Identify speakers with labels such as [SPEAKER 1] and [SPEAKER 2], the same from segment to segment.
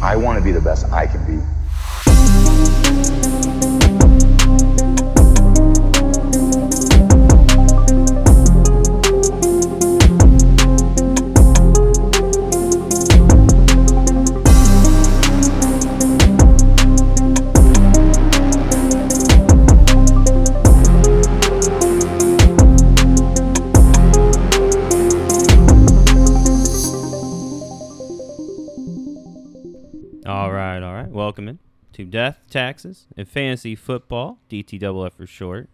[SPEAKER 1] I want to be the best I can be.
[SPEAKER 2] All right, all right. Welcome in to Death, Taxes, and Fantasy Football, DTFF for short.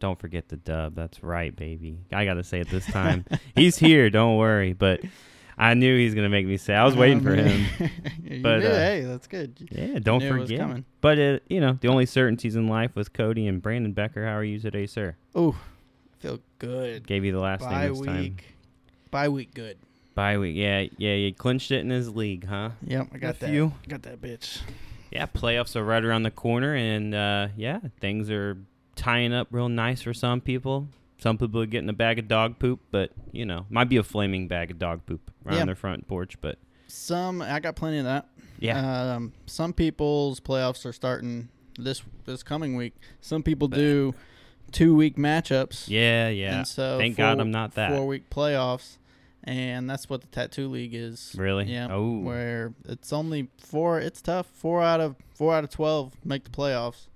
[SPEAKER 2] Don't forget the dub. That's right, baby. I got to say it this time. he's here. Don't worry. But I knew he was going to make me say I was
[SPEAKER 3] Oh,
[SPEAKER 2] waiting for him. But,
[SPEAKER 3] but
[SPEAKER 2] uh,
[SPEAKER 3] hey, that's good.
[SPEAKER 2] Yeah, don't
[SPEAKER 3] knew it was
[SPEAKER 2] forget.
[SPEAKER 3] coming.
[SPEAKER 2] But, it, you know, the only certainties in life was Cody and Brandon Becker. How are you today, sir?
[SPEAKER 3] Oh, feel good.
[SPEAKER 2] Gave you the last
[SPEAKER 3] Bye
[SPEAKER 2] name this time.
[SPEAKER 3] week. Bye week good.
[SPEAKER 2] Bye week. Yeah, yeah. You clinched it in his league, huh?
[SPEAKER 3] Yep, I got
[SPEAKER 2] With
[SPEAKER 3] that.
[SPEAKER 2] you.
[SPEAKER 3] Got that bitch.
[SPEAKER 2] Yeah, playoffs are right around the corner, and uh, yeah, things are tying up real nice for some people. Some people are getting a bag of dog poop, but you know, might be a flaming bag of dog poop right
[SPEAKER 3] Yeah.
[SPEAKER 2] on their front porch. But
[SPEAKER 3] Some I got plenty of that.
[SPEAKER 2] yeah,
[SPEAKER 3] Um, some people's playoffs are starting this this coming week. Some people do two week matchups.
[SPEAKER 2] yeah, yeah.
[SPEAKER 3] And so
[SPEAKER 2] Thank God
[SPEAKER 3] four-
[SPEAKER 2] I'm not that.
[SPEAKER 3] four week playoffs, and that's what the tattoo league is.
[SPEAKER 2] Really?
[SPEAKER 3] Yeah.
[SPEAKER 2] Oh.
[SPEAKER 3] Where it's only four. It's tough. Four out of four out of twelve make the playoffs.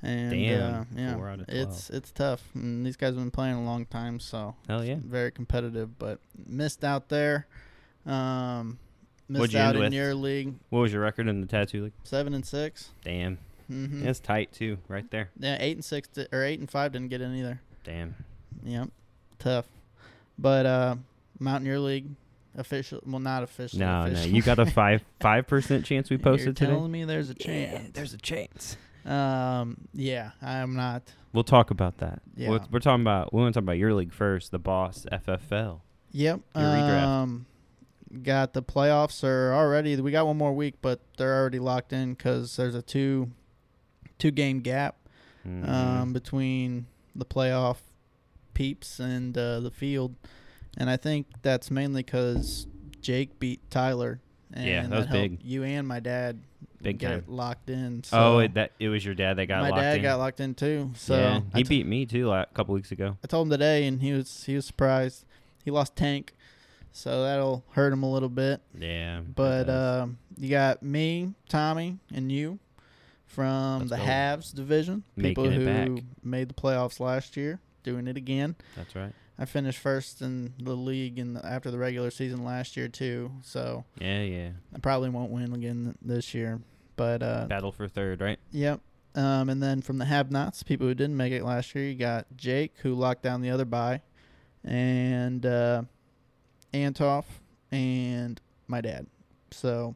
[SPEAKER 3] And
[SPEAKER 2] Damn,
[SPEAKER 3] uh, yeah,
[SPEAKER 2] four out of
[SPEAKER 3] it's it's tough. And these guys have been playing a long time, so
[SPEAKER 2] Hell
[SPEAKER 3] it's
[SPEAKER 2] yeah.
[SPEAKER 3] very competitive. But missed out there. Um, missed
[SPEAKER 2] What'd you
[SPEAKER 3] out
[SPEAKER 2] end
[SPEAKER 3] in
[SPEAKER 2] with?
[SPEAKER 3] your league,
[SPEAKER 2] What was your record in the tattoo league?
[SPEAKER 3] seven and 6
[SPEAKER 2] Damn,
[SPEAKER 3] Mm-hmm.
[SPEAKER 2] that's tight too, right there.
[SPEAKER 3] Yeah, eight and six di- or eight and five didn't get in either.
[SPEAKER 2] Damn.
[SPEAKER 3] Yep. Tough. But uh Mountaineer League official well not official.
[SPEAKER 2] No, no,
[SPEAKER 3] official.
[SPEAKER 2] you got a five five percent chance we
[SPEAKER 3] You're
[SPEAKER 2] posted today.
[SPEAKER 3] telling me there's a chance.
[SPEAKER 2] there's a chance.
[SPEAKER 3] um yeah, I'm not
[SPEAKER 2] We'll talk about that.
[SPEAKER 3] Yeah.
[SPEAKER 2] We're, we're talking about we want to talk about your league first, the boss FFL.
[SPEAKER 3] Yep.
[SPEAKER 2] Your redraft.
[SPEAKER 3] Um got the playoffs are already we got one more week, but they're already locked in cuz there's a two two game gap
[SPEAKER 2] Mhm.
[SPEAKER 3] um, between the playoff peeps and uh, the field, and I think that's mainly because Jake beat Tyler. And
[SPEAKER 2] Yeah, that was
[SPEAKER 3] helped
[SPEAKER 2] big.
[SPEAKER 3] You and my dad
[SPEAKER 2] Big
[SPEAKER 3] get
[SPEAKER 2] time.
[SPEAKER 3] it locked in. So
[SPEAKER 2] oh, it, that it was your dad that got
[SPEAKER 3] my
[SPEAKER 2] locked
[SPEAKER 3] dad
[SPEAKER 2] in.
[SPEAKER 3] got locked in too. So
[SPEAKER 2] yeah,
[SPEAKER 3] I
[SPEAKER 2] he
[SPEAKER 3] t-
[SPEAKER 2] beat me too like, a couple weeks ago.
[SPEAKER 3] I told him today, and he was he was surprised. He lost Tank, so that'll hurt him a little bit.
[SPEAKER 2] Yeah,
[SPEAKER 3] But
[SPEAKER 2] uh,
[SPEAKER 3] um, you got me, Tommy, and you from
[SPEAKER 2] Let's
[SPEAKER 3] the
[SPEAKER 2] go.
[SPEAKER 3] halves division.
[SPEAKER 2] Making
[SPEAKER 3] people
[SPEAKER 2] it
[SPEAKER 3] who
[SPEAKER 2] back.
[SPEAKER 3] made the playoffs last year, doing it again.
[SPEAKER 2] that's right.
[SPEAKER 3] I finished first in the league in the, after the regular season last year too, so
[SPEAKER 2] Yeah, yeah.
[SPEAKER 3] I probably won't win again th- this year. But uh,
[SPEAKER 2] Battle for third, right?
[SPEAKER 3] yep. Um, and then from the have-nots, people who didn't make it last year, you got Jake who locked down the other bye, and uh, Antoff and my dad. So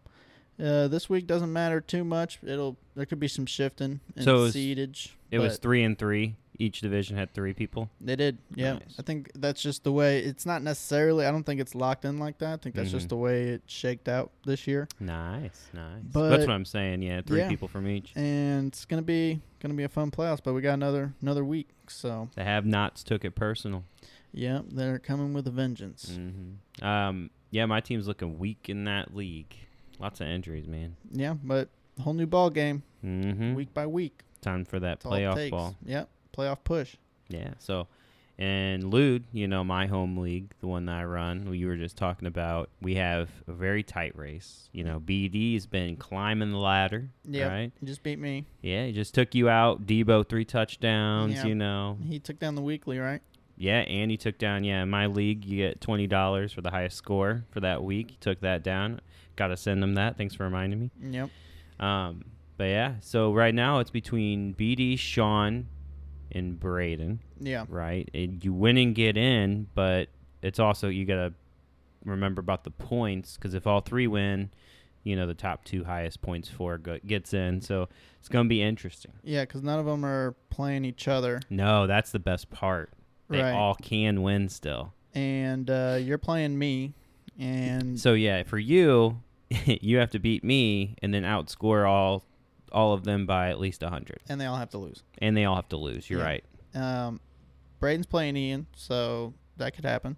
[SPEAKER 3] uh, this week doesn't matter too much. It'll there could be some shifting and
[SPEAKER 2] So it was-
[SPEAKER 3] seedage.
[SPEAKER 2] It was
[SPEAKER 3] but-
[SPEAKER 2] three and three. Each division had three people.
[SPEAKER 3] They did. Yeah.
[SPEAKER 2] Nice.
[SPEAKER 3] I think that's just the way it's not necessarily I don't think it's locked in like that. I think that's
[SPEAKER 2] Mhm.
[SPEAKER 3] just the way it shaked out this year.
[SPEAKER 2] Nice, nice.
[SPEAKER 3] But-
[SPEAKER 2] that's what I'm saying. Yeah, three
[SPEAKER 3] yeah.
[SPEAKER 2] people from each.
[SPEAKER 3] And it's gonna be gonna be a fun playoffs, but we got another another week. So
[SPEAKER 2] The have-nots took it personal.
[SPEAKER 3] yeah, they're coming with a vengeance. Mm-hmm.
[SPEAKER 2] hmm Um, yeah, my team's looking weak in that league. Lots of injuries, man.
[SPEAKER 3] Yeah, but a whole new ball game
[SPEAKER 2] Mm-hmm.
[SPEAKER 3] week by week.
[SPEAKER 2] Time for that
[SPEAKER 3] That's all it
[SPEAKER 2] playoff
[SPEAKER 3] takes.
[SPEAKER 2] ball.
[SPEAKER 3] Yep. Playoff push.
[SPEAKER 2] Yeah. So, and Lude, you know, my home league, the one that I run, we were just talking about, we have a very tight race. You know, BD has been climbing the ladder,
[SPEAKER 3] Yeah.
[SPEAKER 2] right?
[SPEAKER 3] He just beat me.
[SPEAKER 2] Yeah, he just took you out. Debo, three touchdowns,
[SPEAKER 3] Yeah.
[SPEAKER 2] you know.
[SPEAKER 3] He took down the weekly, right?
[SPEAKER 2] Yeah, and he took down, yeah, in my league, you get $20 for the highest score for that week. He took that down. Got to send him that. Thanks for reminding me.
[SPEAKER 3] Yep.
[SPEAKER 2] Um, but yeah, so right now it's between BD, Sean, and Braden
[SPEAKER 3] Yeah.
[SPEAKER 2] right? And you win and get in, but it's also you gotta remember about the points because if all three win, you know the top two highest points for go- gets in. So it's gonna be interesting.
[SPEAKER 3] Yeah, because none of them are playing each other,
[SPEAKER 2] No, that's the best part. They
[SPEAKER 3] Right.
[SPEAKER 2] all can win still.
[SPEAKER 3] and uh, you're playing me, and
[SPEAKER 2] So yeah, for you, you have to beat me and then outscore all all of them by at least 100
[SPEAKER 3] and they all have to lose.
[SPEAKER 2] and they all have to lose you're
[SPEAKER 3] Yeah.
[SPEAKER 2] right
[SPEAKER 3] Um, Braden's playing Ian, so that could happen.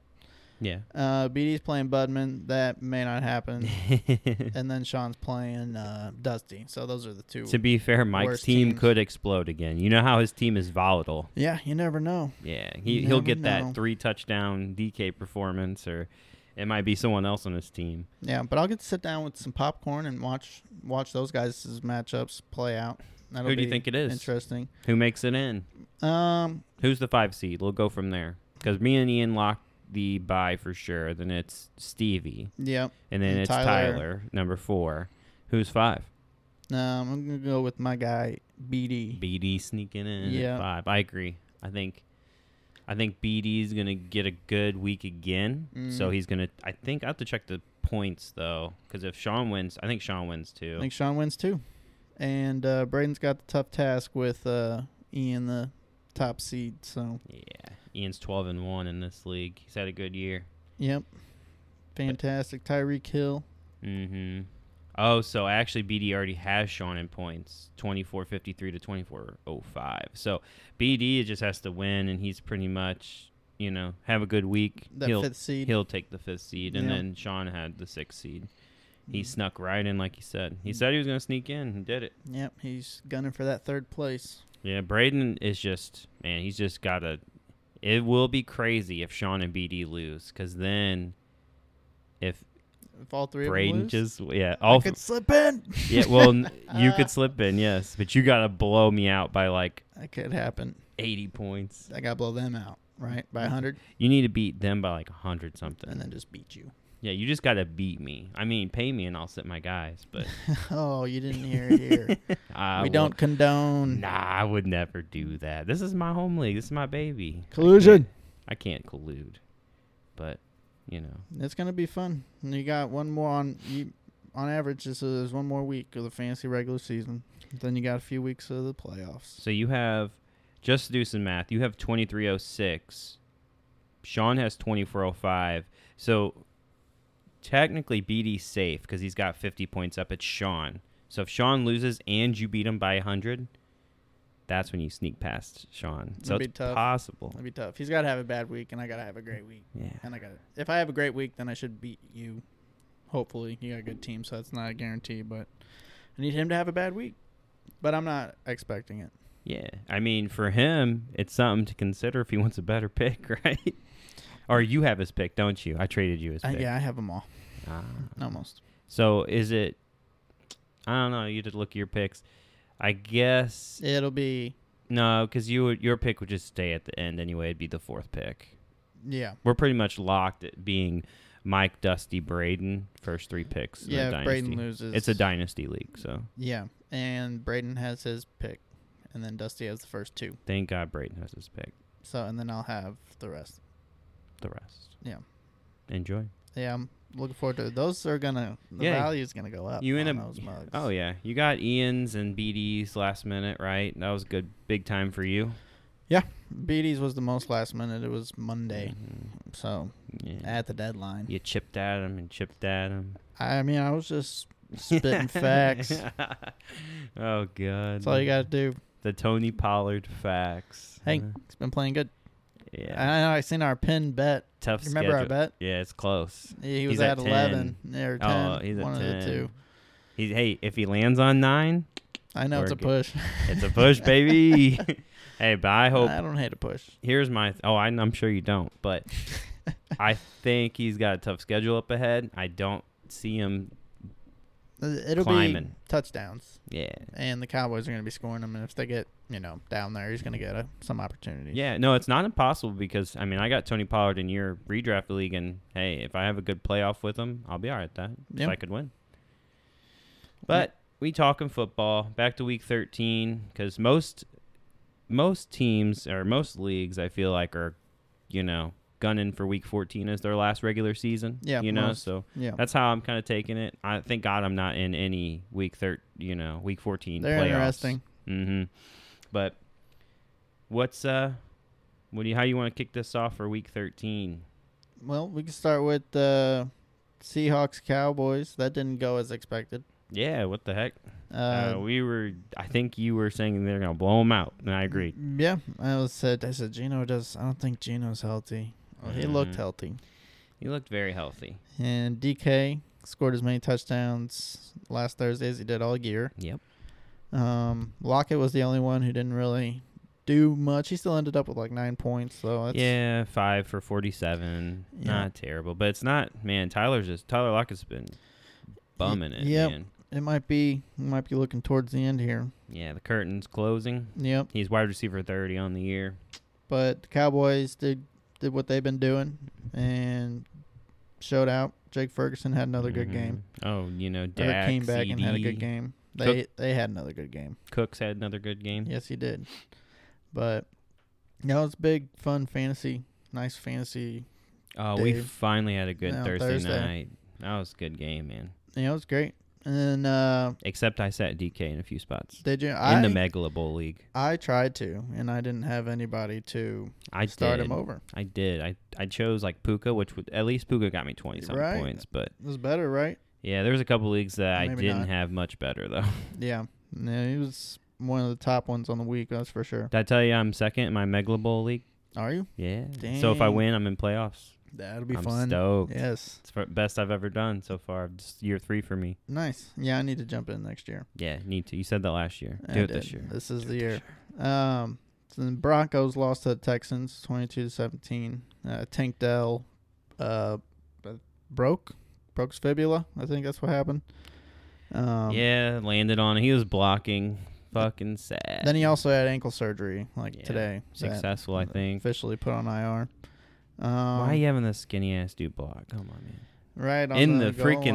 [SPEAKER 2] yeah
[SPEAKER 3] Uh, BD's playing Budman, that may not happen. and then Sean's playing uh, Dusty. So those are the two.
[SPEAKER 2] to be fair mike's
[SPEAKER 3] Worst
[SPEAKER 2] team
[SPEAKER 3] teams.
[SPEAKER 2] could explode again you know how his team is volatile
[SPEAKER 3] yeah, you never know.
[SPEAKER 2] yeah he,
[SPEAKER 3] You
[SPEAKER 2] he'll
[SPEAKER 3] never
[SPEAKER 2] get
[SPEAKER 3] know.
[SPEAKER 2] that three touchdown dk performance or it might be someone else on his team
[SPEAKER 3] Yeah, but I'll get to sit down with some popcorn and watch watch those guys' matchups play out. That'll
[SPEAKER 2] Who do you
[SPEAKER 3] be
[SPEAKER 2] think it is?
[SPEAKER 3] Interesting.
[SPEAKER 2] who makes it in
[SPEAKER 3] Um,
[SPEAKER 2] Who's the five seed? We'll go from there. Because me and Ian locked the bye for sure. Then it's Stevie.
[SPEAKER 3] yeah.
[SPEAKER 2] And then
[SPEAKER 3] And
[SPEAKER 2] it's Tyler.
[SPEAKER 3] Tyler.
[SPEAKER 2] number four. Who's five?
[SPEAKER 3] Um, I'm gonna go with my guy BD.
[SPEAKER 2] BD sneaking in
[SPEAKER 3] Yeah.
[SPEAKER 2] at five. I agree. I think I think BD's gonna get a good week again. So
[SPEAKER 3] Mm.
[SPEAKER 2] he's gonna I think I have to check the points though. Because if Sean wins I think Sean wins too.
[SPEAKER 3] I think Sean wins too, and uh, Braden's got the tough task with uh, Ian the top seed. So
[SPEAKER 2] yeah. Ian's twelve and one in this league. He's had a good year.
[SPEAKER 3] yep, fantastic. Tyreek Hill.
[SPEAKER 2] Mm-hmm. Oh, so actually BD already has Sean in points, 24.53 to 24.05. So BD just has to win, and he's pretty much, you know, have a good week.
[SPEAKER 3] That
[SPEAKER 2] he'll,
[SPEAKER 3] fifth seed.
[SPEAKER 2] He'll take the fifth seed, and
[SPEAKER 3] Yeah. Mm-hmm.
[SPEAKER 2] then Sean had the sixth seed. He snuck right in, like he said. He said he was going to sneak in, and did it.
[SPEAKER 3] Yep, he's gunning for that third place.
[SPEAKER 2] Yeah, Braden is just man. He's just got to. It will be crazy if Sean and BD lose, because then, if
[SPEAKER 3] If all three of them
[SPEAKER 2] Braden
[SPEAKER 3] lose,
[SPEAKER 2] just yeah,
[SPEAKER 3] I
[SPEAKER 2] all
[SPEAKER 3] could slip in.
[SPEAKER 2] Yeah, well, n- you could slip in, yes, but you gotta blow me out by like
[SPEAKER 3] Ah, that could happen.
[SPEAKER 2] eighty points.
[SPEAKER 3] I gotta blow them out, right? By
[SPEAKER 2] Mm-hmm.
[SPEAKER 3] hundred,
[SPEAKER 2] You need to beat them by like hundred something.
[SPEAKER 3] and then just beat you.
[SPEAKER 2] Yeah, you just gotta beat me. I mean, pay me and I'll sit my guys, but
[SPEAKER 3] Oh, you didn't hear it here.
[SPEAKER 2] I
[SPEAKER 3] we
[SPEAKER 2] won't-
[SPEAKER 3] don't condone
[SPEAKER 2] Nah, I would never do that. This is my home league. This is my baby. I
[SPEAKER 3] collusion.
[SPEAKER 2] can't- I can't collude, but you know,
[SPEAKER 3] It's gonna be fun. And you got one more on you. On average, this is one more week of the fantasy regular season. Then you got a few weeks of the playoffs.
[SPEAKER 2] so you have just to do some math. You have twenty three oh six. Sean has twenty four oh five. So technically BD's safe because he's got 50 points up. It's Sean. So if Sean loses and you beat him by 100, that's when you sneak past Sean. So
[SPEAKER 3] That'd be
[SPEAKER 2] it's
[SPEAKER 3] tough.
[SPEAKER 2] possible.
[SPEAKER 3] That'd be tough. He's got to have a bad week, and I got to have a great week.
[SPEAKER 2] Yeah.
[SPEAKER 3] And I got to if I have a great week, then I should beat you. Hopefully, you got a good team, so that's not a guarantee. But I need him to have a bad week. But I'm not expecting it.
[SPEAKER 2] Yeah. I mean, for him, it's something to consider if he wants a better pick, right? or you have his pick, don't you? I traded you his
[SPEAKER 3] Uh,
[SPEAKER 2] pick.
[SPEAKER 3] yeah, I have them all
[SPEAKER 2] Ah.
[SPEAKER 3] almost.
[SPEAKER 2] So is it. I don't know. You did look at your picks. I guess
[SPEAKER 3] It'll be
[SPEAKER 2] no, because you would, your pick would just stay at the end anyway. It'd be the fourth pick.
[SPEAKER 3] yeah,
[SPEAKER 2] we're pretty much locked at being Mike, Dusty, Braden, first three picks. in the
[SPEAKER 3] yeah. If Braden
[SPEAKER 2] dynasty.
[SPEAKER 3] loses,
[SPEAKER 2] It's a dynasty league, so
[SPEAKER 3] Yeah, and Braden has his pick, and then Dusty has the first two.
[SPEAKER 2] thank God Braden has his pick.
[SPEAKER 3] So, and then I'll have the rest.
[SPEAKER 2] The rest,
[SPEAKER 3] Yeah.
[SPEAKER 2] enjoy.
[SPEAKER 3] Yeah, I'm looking forward to those. Are gonna the
[SPEAKER 2] Yeah,
[SPEAKER 3] value's gonna go up.
[SPEAKER 2] you
[SPEAKER 3] You
[SPEAKER 2] in
[SPEAKER 3] on
[SPEAKER 2] a
[SPEAKER 3] those mugs?
[SPEAKER 2] oh yeah, you got Ian's and BD's last minute right. That was a good big time for you.
[SPEAKER 3] yeah. BD's was the most last minute. It was Monday,
[SPEAKER 2] Mhm.
[SPEAKER 3] so
[SPEAKER 2] Yeah.
[SPEAKER 3] at the deadline.
[SPEAKER 2] You chipped at him and chipped at him.
[SPEAKER 3] I mean, I was just spitting facts.
[SPEAKER 2] oh god,
[SPEAKER 3] That's all you got to do.
[SPEAKER 2] The Tony Pollard facts.
[SPEAKER 3] Hank. It's been playing good.
[SPEAKER 2] Uh-huh. yeah,
[SPEAKER 3] I know. I seen our pin bet.
[SPEAKER 2] tough.
[SPEAKER 3] Remember
[SPEAKER 2] schedule.
[SPEAKER 3] our bet?
[SPEAKER 2] Yeah, it's close.
[SPEAKER 3] He was
[SPEAKER 2] He's
[SPEAKER 3] at,
[SPEAKER 2] at
[SPEAKER 3] eleven or ten.
[SPEAKER 2] Oh, he's at
[SPEAKER 3] one of the
[SPEAKER 2] 10.
[SPEAKER 3] two.
[SPEAKER 2] He's hey, if he lands on nine,
[SPEAKER 3] I know
[SPEAKER 2] We're
[SPEAKER 3] it's a
[SPEAKER 2] good.
[SPEAKER 3] push.
[SPEAKER 2] it's a push, baby. hey, but I hope
[SPEAKER 3] I don't hate a push.
[SPEAKER 2] here's my. oh, I, I'm sure you don't, but I think he's got a tough schedule up ahead. I don't see him.
[SPEAKER 3] It'll be
[SPEAKER 2] climbing.
[SPEAKER 3] touchdowns,
[SPEAKER 2] Yeah,
[SPEAKER 3] and the Cowboys are going to be scoring them. And if they get you know down there, he's going to get a, some opportunities.
[SPEAKER 2] yeah. No, it's not impossible because I mean I got Tony Pollard in your redraft league, and hey, if I have a good playoff with him, I'll be all right at that.
[SPEAKER 3] Yeah.
[SPEAKER 2] If I could win. But we talking football. Back to week thirteen because most most teams or most leagues I feel like are you know gunning for week fourteen as their last regular season.
[SPEAKER 3] Yeah,
[SPEAKER 2] you know
[SPEAKER 3] most.
[SPEAKER 2] so
[SPEAKER 3] yeah.
[SPEAKER 2] that's how I'm kind of taking it. I thank God I'm not in any week thir you know week fourteen.
[SPEAKER 3] They're
[SPEAKER 2] playoffs.
[SPEAKER 3] interesting.
[SPEAKER 2] Mm-hmm. But what's uh what do you how you want to kick this off for week thirteen?
[SPEAKER 3] Well, we can start with uh, Seahawks Cowboys. That didn't go as expected.
[SPEAKER 2] Yeah, what the heck?
[SPEAKER 3] Uh,
[SPEAKER 2] Uh, we were. I think you were saying they're gonna blow them out, and I agreed.
[SPEAKER 3] yeah, I was said. I said Gino does. I don't think Gino's healthy. Well, He
[SPEAKER 2] Mhm.
[SPEAKER 3] looked healthy.
[SPEAKER 2] He looked very healthy.
[SPEAKER 3] And DK scored as many touchdowns last Thursday as he did all year.
[SPEAKER 2] Yep.
[SPEAKER 3] Um, Lockett was the only one who didn't really do much. He still ended up with like nine points, so that's
[SPEAKER 2] yeah, five for forty-seven.
[SPEAKER 3] Yeah.
[SPEAKER 2] Not terrible, but it's not. Man, Tyler's just Tyler Lockett's been bumming it.
[SPEAKER 3] yep.
[SPEAKER 2] man.
[SPEAKER 3] it might be we might be looking towards the end here.
[SPEAKER 2] Yeah, the curtain's closing.
[SPEAKER 3] Yep.
[SPEAKER 2] He's wide receiver thirty on the year.
[SPEAKER 3] But the Cowboys did did what they've been doing and showed out. Jake Ferguson had another good
[SPEAKER 2] Mhm.
[SPEAKER 3] game.
[SPEAKER 2] Oh, you know,
[SPEAKER 3] Or
[SPEAKER 2] Dak
[SPEAKER 3] came back and had a
[SPEAKER 2] CD.
[SPEAKER 3] good game. They they had another good game.
[SPEAKER 2] Cooks had another good game.
[SPEAKER 3] Yes, he did. But that was big, fun fantasy, nice fantasy
[SPEAKER 2] Oh, we
[SPEAKER 3] Dave.
[SPEAKER 2] finally had a good
[SPEAKER 3] Yeah,
[SPEAKER 2] Thursday,
[SPEAKER 3] Thursday.
[SPEAKER 2] night. That was a good game, man.
[SPEAKER 3] Yeah, it was great. And then uh,
[SPEAKER 2] Except I sat DK in a few spots
[SPEAKER 3] did you?
[SPEAKER 2] in
[SPEAKER 3] I
[SPEAKER 2] the Megala Bowl league.
[SPEAKER 3] I tried to, and I didn't have anybody to
[SPEAKER 2] I
[SPEAKER 3] start
[SPEAKER 2] did.
[SPEAKER 3] him over.
[SPEAKER 2] I did. I I chose like Puka, which would at least Puka got me twenty something
[SPEAKER 3] Right.
[SPEAKER 2] points. But
[SPEAKER 3] It was better, right?
[SPEAKER 2] yeah, there was a couple leagues that I
[SPEAKER 3] Maybe
[SPEAKER 2] didn't
[SPEAKER 3] not.
[SPEAKER 2] have much better though.
[SPEAKER 3] Yeah, no, he was one of the top ones on the week. That's for sure.
[SPEAKER 2] Did I tell you I'm second in my Megala Bowl league?
[SPEAKER 3] Are you?
[SPEAKER 2] Yeah. So if I
[SPEAKER 3] Dang.
[SPEAKER 2] win, I'm in playoffs.
[SPEAKER 3] That'll be
[SPEAKER 2] I'm
[SPEAKER 3] fun.
[SPEAKER 2] stoked.
[SPEAKER 3] Yes,
[SPEAKER 2] It's the best I've ever done so far. Just year three for me.
[SPEAKER 3] nice. Yeah, I need to jump in next year.
[SPEAKER 2] Yeah, need to. You said that last year.
[SPEAKER 3] I
[SPEAKER 2] Do it
[SPEAKER 3] did.
[SPEAKER 2] this year.
[SPEAKER 3] This is
[SPEAKER 2] Do
[SPEAKER 3] the
[SPEAKER 2] it
[SPEAKER 3] year.
[SPEAKER 2] this
[SPEAKER 3] Um, so the Broncos lost to the Texans, twenty-two to seventeen. Uh, Tank Dell, uh, b- broke broke his fibula. I think that's what happened. Um,
[SPEAKER 2] yeah, landed on. it. He was blocking. Fucking sad.
[SPEAKER 3] Then he also had ankle surgery, like
[SPEAKER 2] Yeah,
[SPEAKER 3] today. that
[SPEAKER 2] successful, I think.
[SPEAKER 3] Officially put on IR. Um,
[SPEAKER 2] Why are you having this skinny ass dude block? Come on, man.
[SPEAKER 3] Right on
[SPEAKER 2] In the,
[SPEAKER 3] goal
[SPEAKER 2] freaking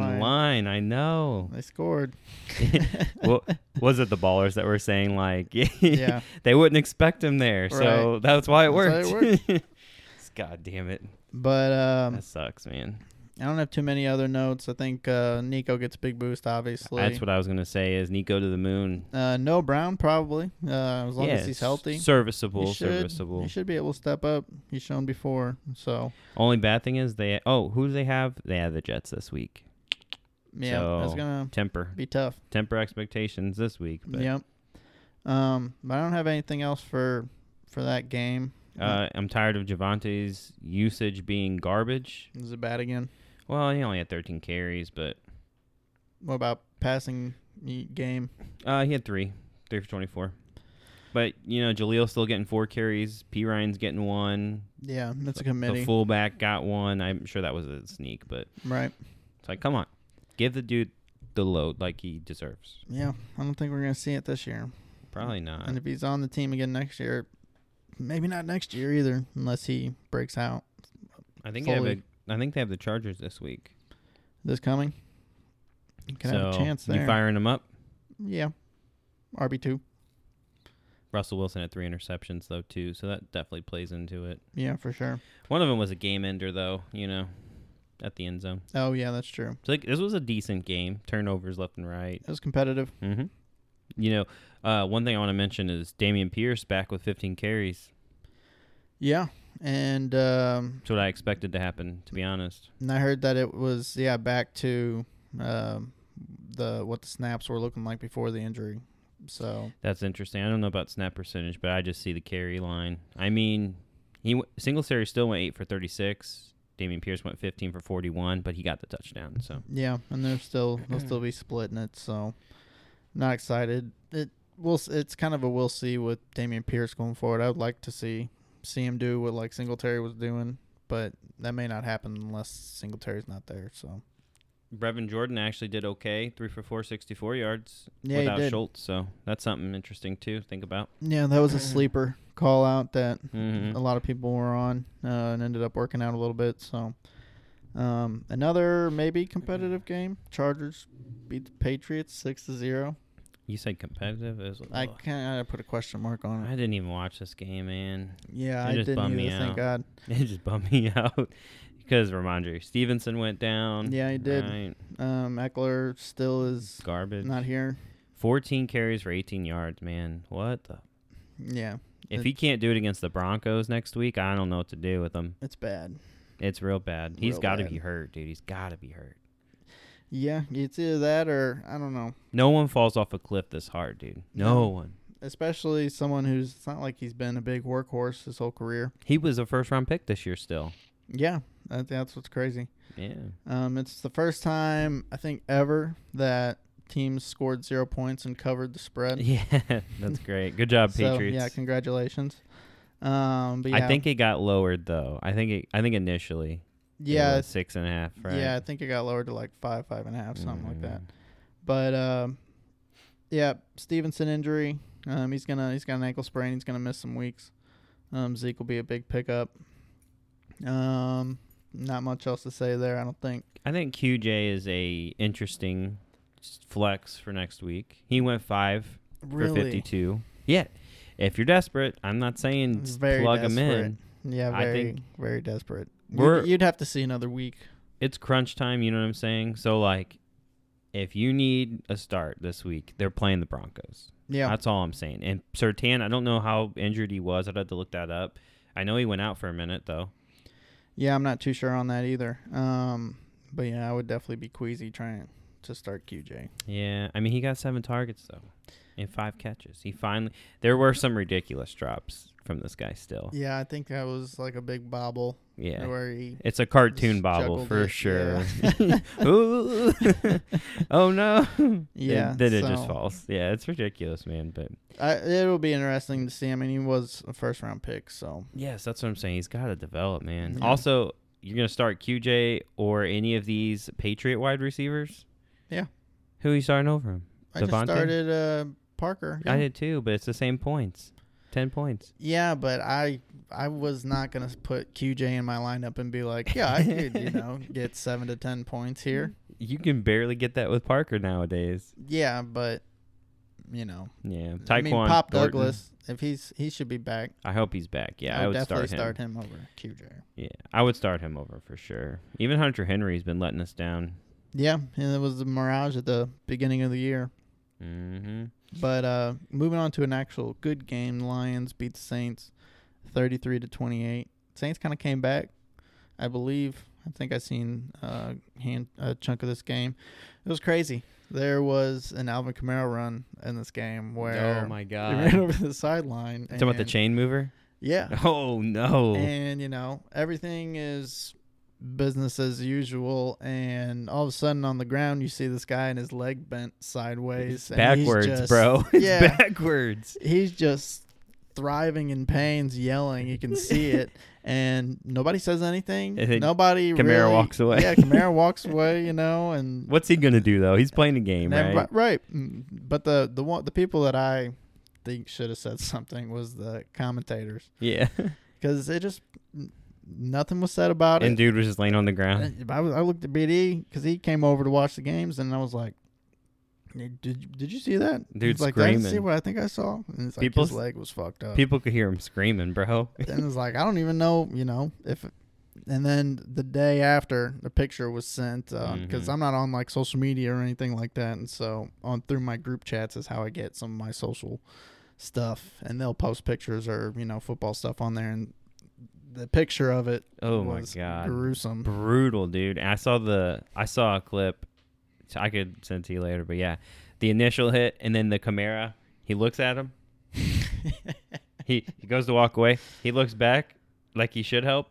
[SPEAKER 2] line.
[SPEAKER 3] line.
[SPEAKER 2] I know.
[SPEAKER 3] They scored.
[SPEAKER 2] well, was it the ballers that were saying like,
[SPEAKER 3] Yeah.
[SPEAKER 2] they wouldn't expect him there, so that's why it
[SPEAKER 3] That's
[SPEAKER 2] worked.
[SPEAKER 3] why
[SPEAKER 2] God damn it,
[SPEAKER 3] But um,
[SPEAKER 2] that sucks, man.
[SPEAKER 3] I don't have too many other notes. I think uh, Nico gets a big boost, obviously.
[SPEAKER 2] That's what I was gonna say. Is Nico to the moon?
[SPEAKER 3] uh, no Brown probably, uh, as long as
[SPEAKER 2] Yeah,
[SPEAKER 3] he's healthy.
[SPEAKER 2] serviceable,
[SPEAKER 3] he should,
[SPEAKER 2] serviceable.
[SPEAKER 3] He should be able to step up. He's shown before, so
[SPEAKER 2] Only bad thing is they. Oh, who do they have? They have the Jets this week.
[SPEAKER 3] yeah, that's
[SPEAKER 2] So,
[SPEAKER 3] gonna
[SPEAKER 2] Temper,
[SPEAKER 3] be tough.
[SPEAKER 2] temper expectations this week. But,
[SPEAKER 3] Yep. Um, but I don't have anything else for for that game.
[SPEAKER 2] Uh, I'm tired of Javante's usage being garbage.
[SPEAKER 3] Is it bad again?
[SPEAKER 2] Well, he only had 13 carries, but
[SPEAKER 3] What about passing y- game?
[SPEAKER 2] Uh, he had three, three for twenty-four. But you know, Jaleel's still getting four carries. P Ryan's getting one.
[SPEAKER 3] Yeah, that's a
[SPEAKER 2] The
[SPEAKER 3] committee,
[SPEAKER 2] fullback got one. I'm sure that was a sneak, but
[SPEAKER 3] right?
[SPEAKER 2] it's like, come on, give the dude the load like he deserves.
[SPEAKER 3] Yeah, I don't think we're gonna see it this year.
[SPEAKER 2] Probably not.
[SPEAKER 3] And if he's on the team again next year, maybe not next year either, unless he breaks out
[SPEAKER 2] I think they have
[SPEAKER 3] fully-
[SPEAKER 2] a, I think they have the Chargers this week.
[SPEAKER 3] this coming. He Can
[SPEAKER 2] so
[SPEAKER 3] have a chance there.
[SPEAKER 2] You firing him up.
[SPEAKER 3] yeah, RB two.
[SPEAKER 2] Russell Wilson had three interceptions though too, so that definitely plays into it.
[SPEAKER 3] Yeah, for sure.
[SPEAKER 2] One of them was a game ender though. You know, at the end zone.
[SPEAKER 3] Oh yeah, that's true.
[SPEAKER 2] So like, this was a decent game. Turnovers left and right.
[SPEAKER 3] It was competitive.
[SPEAKER 2] hmm You know, uh, one thing I want to mention is Damian Pierce back with 15 carries.
[SPEAKER 3] Yeah, and um,
[SPEAKER 2] That's what I expected to happen, to be honest.
[SPEAKER 3] and I heard that it was yeah back to um, the what the snaps were looking like before the injury. So
[SPEAKER 2] That's interesting. I don't know about snap percentage, but I just see the carry line. I mean, he w- Singletary still went eight for 36. Damian Pierce went 15 for 41, but he got the touchdown. So
[SPEAKER 3] Yeah, and they're still they'll still be splitting it. So, not excited. It will. s- It's kind of a we'll see with Damian Pierce going forward. I would like to see see him do what like Singletary was doing, but that may not happen unless Singletary's not there. So
[SPEAKER 2] Brevin Jordan actually did okay, three for four, 64 yards
[SPEAKER 3] Yeah, he
[SPEAKER 2] without
[SPEAKER 3] did.
[SPEAKER 2] Schultz. So that's something interesting to think about.
[SPEAKER 3] yeah, that was a sleeper call out that
[SPEAKER 2] Mhm.
[SPEAKER 3] a lot of people were on uh, and ended up working out a little bit. So. Um, another maybe competitive game. Chargers beat the Patriots six to zero.
[SPEAKER 2] You said competitive. It was,
[SPEAKER 3] I
[SPEAKER 2] ugh.
[SPEAKER 3] kind of put a question mark on
[SPEAKER 2] I
[SPEAKER 3] it.
[SPEAKER 2] didn't even watch this game, man.
[SPEAKER 3] Yeah,
[SPEAKER 2] It
[SPEAKER 3] I
[SPEAKER 2] just
[SPEAKER 3] didn't
[SPEAKER 2] bummed me
[SPEAKER 3] either. Thank
[SPEAKER 2] out.
[SPEAKER 3] God.
[SPEAKER 2] It just bummed me out because Ramondre Stevenson went down.
[SPEAKER 3] Yeah, he did.
[SPEAKER 2] Right?
[SPEAKER 3] Um, Eckler still is
[SPEAKER 2] Garbage.
[SPEAKER 3] not here.
[SPEAKER 2] 14 carries for 18 yards, man. What the?
[SPEAKER 3] Yeah,
[SPEAKER 2] If
[SPEAKER 3] It-
[SPEAKER 2] he can't do it against the Broncos next week, I don't know what to do with him.
[SPEAKER 3] it's bad.
[SPEAKER 2] It's real bad. He's
[SPEAKER 3] Real
[SPEAKER 2] got to
[SPEAKER 3] bad.
[SPEAKER 2] be hurt, dude. He's got to be hurt.
[SPEAKER 3] Yeah, it's either that or I don't know.
[SPEAKER 2] No one falls off a cliff this hard, dude. No
[SPEAKER 3] No.
[SPEAKER 2] one.
[SPEAKER 3] Especially someone who's it's not like he's been a big workhorse his whole career.
[SPEAKER 2] He was a first round pick this year still.
[SPEAKER 3] Yeah, that, that's what's crazy.
[SPEAKER 2] Yeah.
[SPEAKER 3] Um, it's the first time I think ever that teams scored zero points and covered the spread.
[SPEAKER 2] Yeah. That's great. Good job,
[SPEAKER 3] so
[SPEAKER 2] Patriots.
[SPEAKER 3] yeah, congratulations. Um, but yeah,
[SPEAKER 2] I think it got lowered though. I think it, I think initially. it
[SPEAKER 3] yeah,
[SPEAKER 2] was six and a half, right?
[SPEAKER 3] yeah, I think it got lowered to like five, five and a half, something like that.
[SPEAKER 2] Mm.
[SPEAKER 3] But um, yeah, Stevenson injury. Um, he's gonna he's got an ankle sprain. He's gonna miss some weeks. Um, Zeke will be a big pickup. Um, not much else to say there. I don't think.
[SPEAKER 2] I think QJ is a interesting s- flex for next week. He went five for
[SPEAKER 3] Really,
[SPEAKER 2] fifty-two. Yeah. If you're desperate, I'm not saying s-
[SPEAKER 3] Very
[SPEAKER 2] plug him
[SPEAKER 3] desperate.
[SPEAKER 2] in.
[SPEAKER 3] yeah,
[SPEAKER 2] I
[SPEAKER 3] very
[SPEAKER 2] think
[SPEAKER 3] very desperate.
[SPEAKER 2] we're-
[SPEAKER 3] You'd, you'd have to see another week.
[SPEAKER 2] It's crunch time. You know what I'm saying? So like, if you need a start this week, they're playing the Broncos.
[SPEAKER 3] Yeah,
[SPEAKER 2] That's all I'm saying. And Sertan, I don't know how injured he was. I'd have to look that up. I know he went out for a minute though.
[SPEAKER 3] yeah, I'm not too sure on that either. Um, but yeah, I would definitely be queasy trying to start QJ.
[SPEAKER 2] Yeah, I mean he got seven targets though, and five catches. He finally. There were some ridiculous drops from this guy still.
[SPEAKER 3] Yeah, I think that was like a big bobble
[SPEAKER 2] Yeah,
[SPEAKER 3] where he
[SPEAKER 2] it's a cartoon
[SPEAKER 3] Just
[SPEAKER 2] bobble
[SPEAKER 3] juggled
[SPEAKER 2] for
[SPEAKER 3] it,
[SPEAKER 2] sure.
[SPEAKER 3] yeah.
[SPEAKER 2] Ooh. oh no. Then-
[SPEAKER 3] Yeah,
[SPEAKER 2] then it just
[SPEAKER 3] so-
[SPEAKER 2] falls. Yeah, it's ridiculous, man. But
[SPEAKER 3] I, it'll be interesting to see. I mean, he was a first round pick, so
[SPEAKER 2] Yes, that's what I'm saying. He's got to develop, man.
[SPEAKER 3] Yeah.
[SPEAKER 2] Also, you're going to start QJ or any of these Patriot wide receivers?
[SPEAKER 3] Yeah.
[SPEAKER 2] Who are you starting over him?
[SPEAKER 3] I just
[SPEAKER 2] Devontae?
[SPEAKER 3] started uh, Parker.
[SPEAKER 2] I did too, but it's the same points. 10 points.
[SPEAKER 3] Yeah, but I I was not gonna put QJ in my lineup and be like, yeah, I could you know get seven to ten points here.
[SPEAKER 2] You can barely get that with Parker nowadays.
[SPEAKER 3] Yeah, but you know,
[SPEAKER 2] Yeah. Tyquan.
[SPEAKER 3] I mean Pop
[SPEAKER 2] Thornton.
[SPEAKER 3] Douglas, if he's he should be back.
[SPEAKER 2] I hope he's back. Yeah, I, would
[SPEAKER 3] definitely
[SPEAKER 2] start him.
[SPEAKER 3] start him. over QJ.
[SPEAKER 2] Yeah, I would start him over for sure. Even Hunter Henry's been letting us down.
[SPEAKER 3] Yeah, and it was the mirage at the beginning of the year.
[SPEAKER 2] Mm-hmm.
[SPEAKER 3] But uh, moving on to an actual good game, Lions beat the Saints, thirty-three to twenty-eight. Saints kind of came back, I believe. I think I seen uh, hand a chunk of this game. It was crazy. There was an Alvin Kamara run in this game where
[SPEAKER 2] Oh, my
[SPEAKER 3] he ran
[SPEAKER 2] God.
[SPEAKER 3] over the sideline.
[SPEAKER 2] Talking about the
[SPEAKER 3] and-
[SPEAKER 2] chain mover?
[SPEAKER 3] Yeah,
[SPEAKER 2] Oh, no.
[SPEAKER 3] and you know everything is business as usual and all of a sudden on the ground you see this guy and his leg bent sideways
[SPEAKER 2] It's
[SPEAKER 3] and he's
[SPEAKER 2] backwards,
[SPEAKER 3] just-
[SPEAKER 2] bro. It's
[SPEAKER 3] yeah
[SPEAKER 2] backwards.
[SPEAKER 3] he's just thriving in pains, yelling. You can see it, and nobody says anything.
[SPEAKER 2] And then
[SPEAKER 3] Nobody.
[SPEAKER 2] Kamara
[SPEAKER 3] really-
[SPEAKER 2] walks away.
[SPEAKER 3] Yeah, Kamara walks away. You know, and
[SPEAKER 2] What's he gonna do though? He's playing a game,
[SPEAKER 3] and
[SPEAKER 2] right?
[SPEAKER 3] everybo- right. Mm, But the the one the people that I think should have said something was the commentators
[SPEAKER 2] Yeah.
[SPEAKER 3] because it just n- nothing was said about
[SPEAKER 2] and
[SPEAKER 3] it.
[SPEAKER 2] dude was just laying on the ground.
[SPEAKER 3] And I, was, I looked at BD because he came over to watch the games, and I was like. Did, did you see that?
[SPEAKER 2] Dude
[SPEAKER 3] He's like, I didn't see
[SPEAKER 2] screaming.
[SPEAKER 3] what I think I saw. And it's like
[SPEAKER 2] People
[SPEAKER 3] his
[SPEAKER 2] s-
[SPEAKER 3] leg was fucked up.
[SPEAKER 2] People could hear him screaming, bro.
[SPEAKER 3] and it's like I don't even know, you know, if. And then the day after, the picture was sent because
[SPEAKER 2] Mhm.
[SPEAKER 3] I'm not on like social media or anything like that, and so on through my group chats is how I get some of my social stuff, and they'll post pictures or you know football stuff on there, and the picture of it
[SPEAKER 2] Oh my
[SPEAKER 3] was
[SPEAKER 2] god.
[SPEAKER 3] gruesome.
[SPEAKER 2] Brutal, dude. I saw the I saw a clip. So I could send it to you later, but yeah. The initial hit and then the Camara, he looks at him. he he goes to walk away. He looks back like he should help,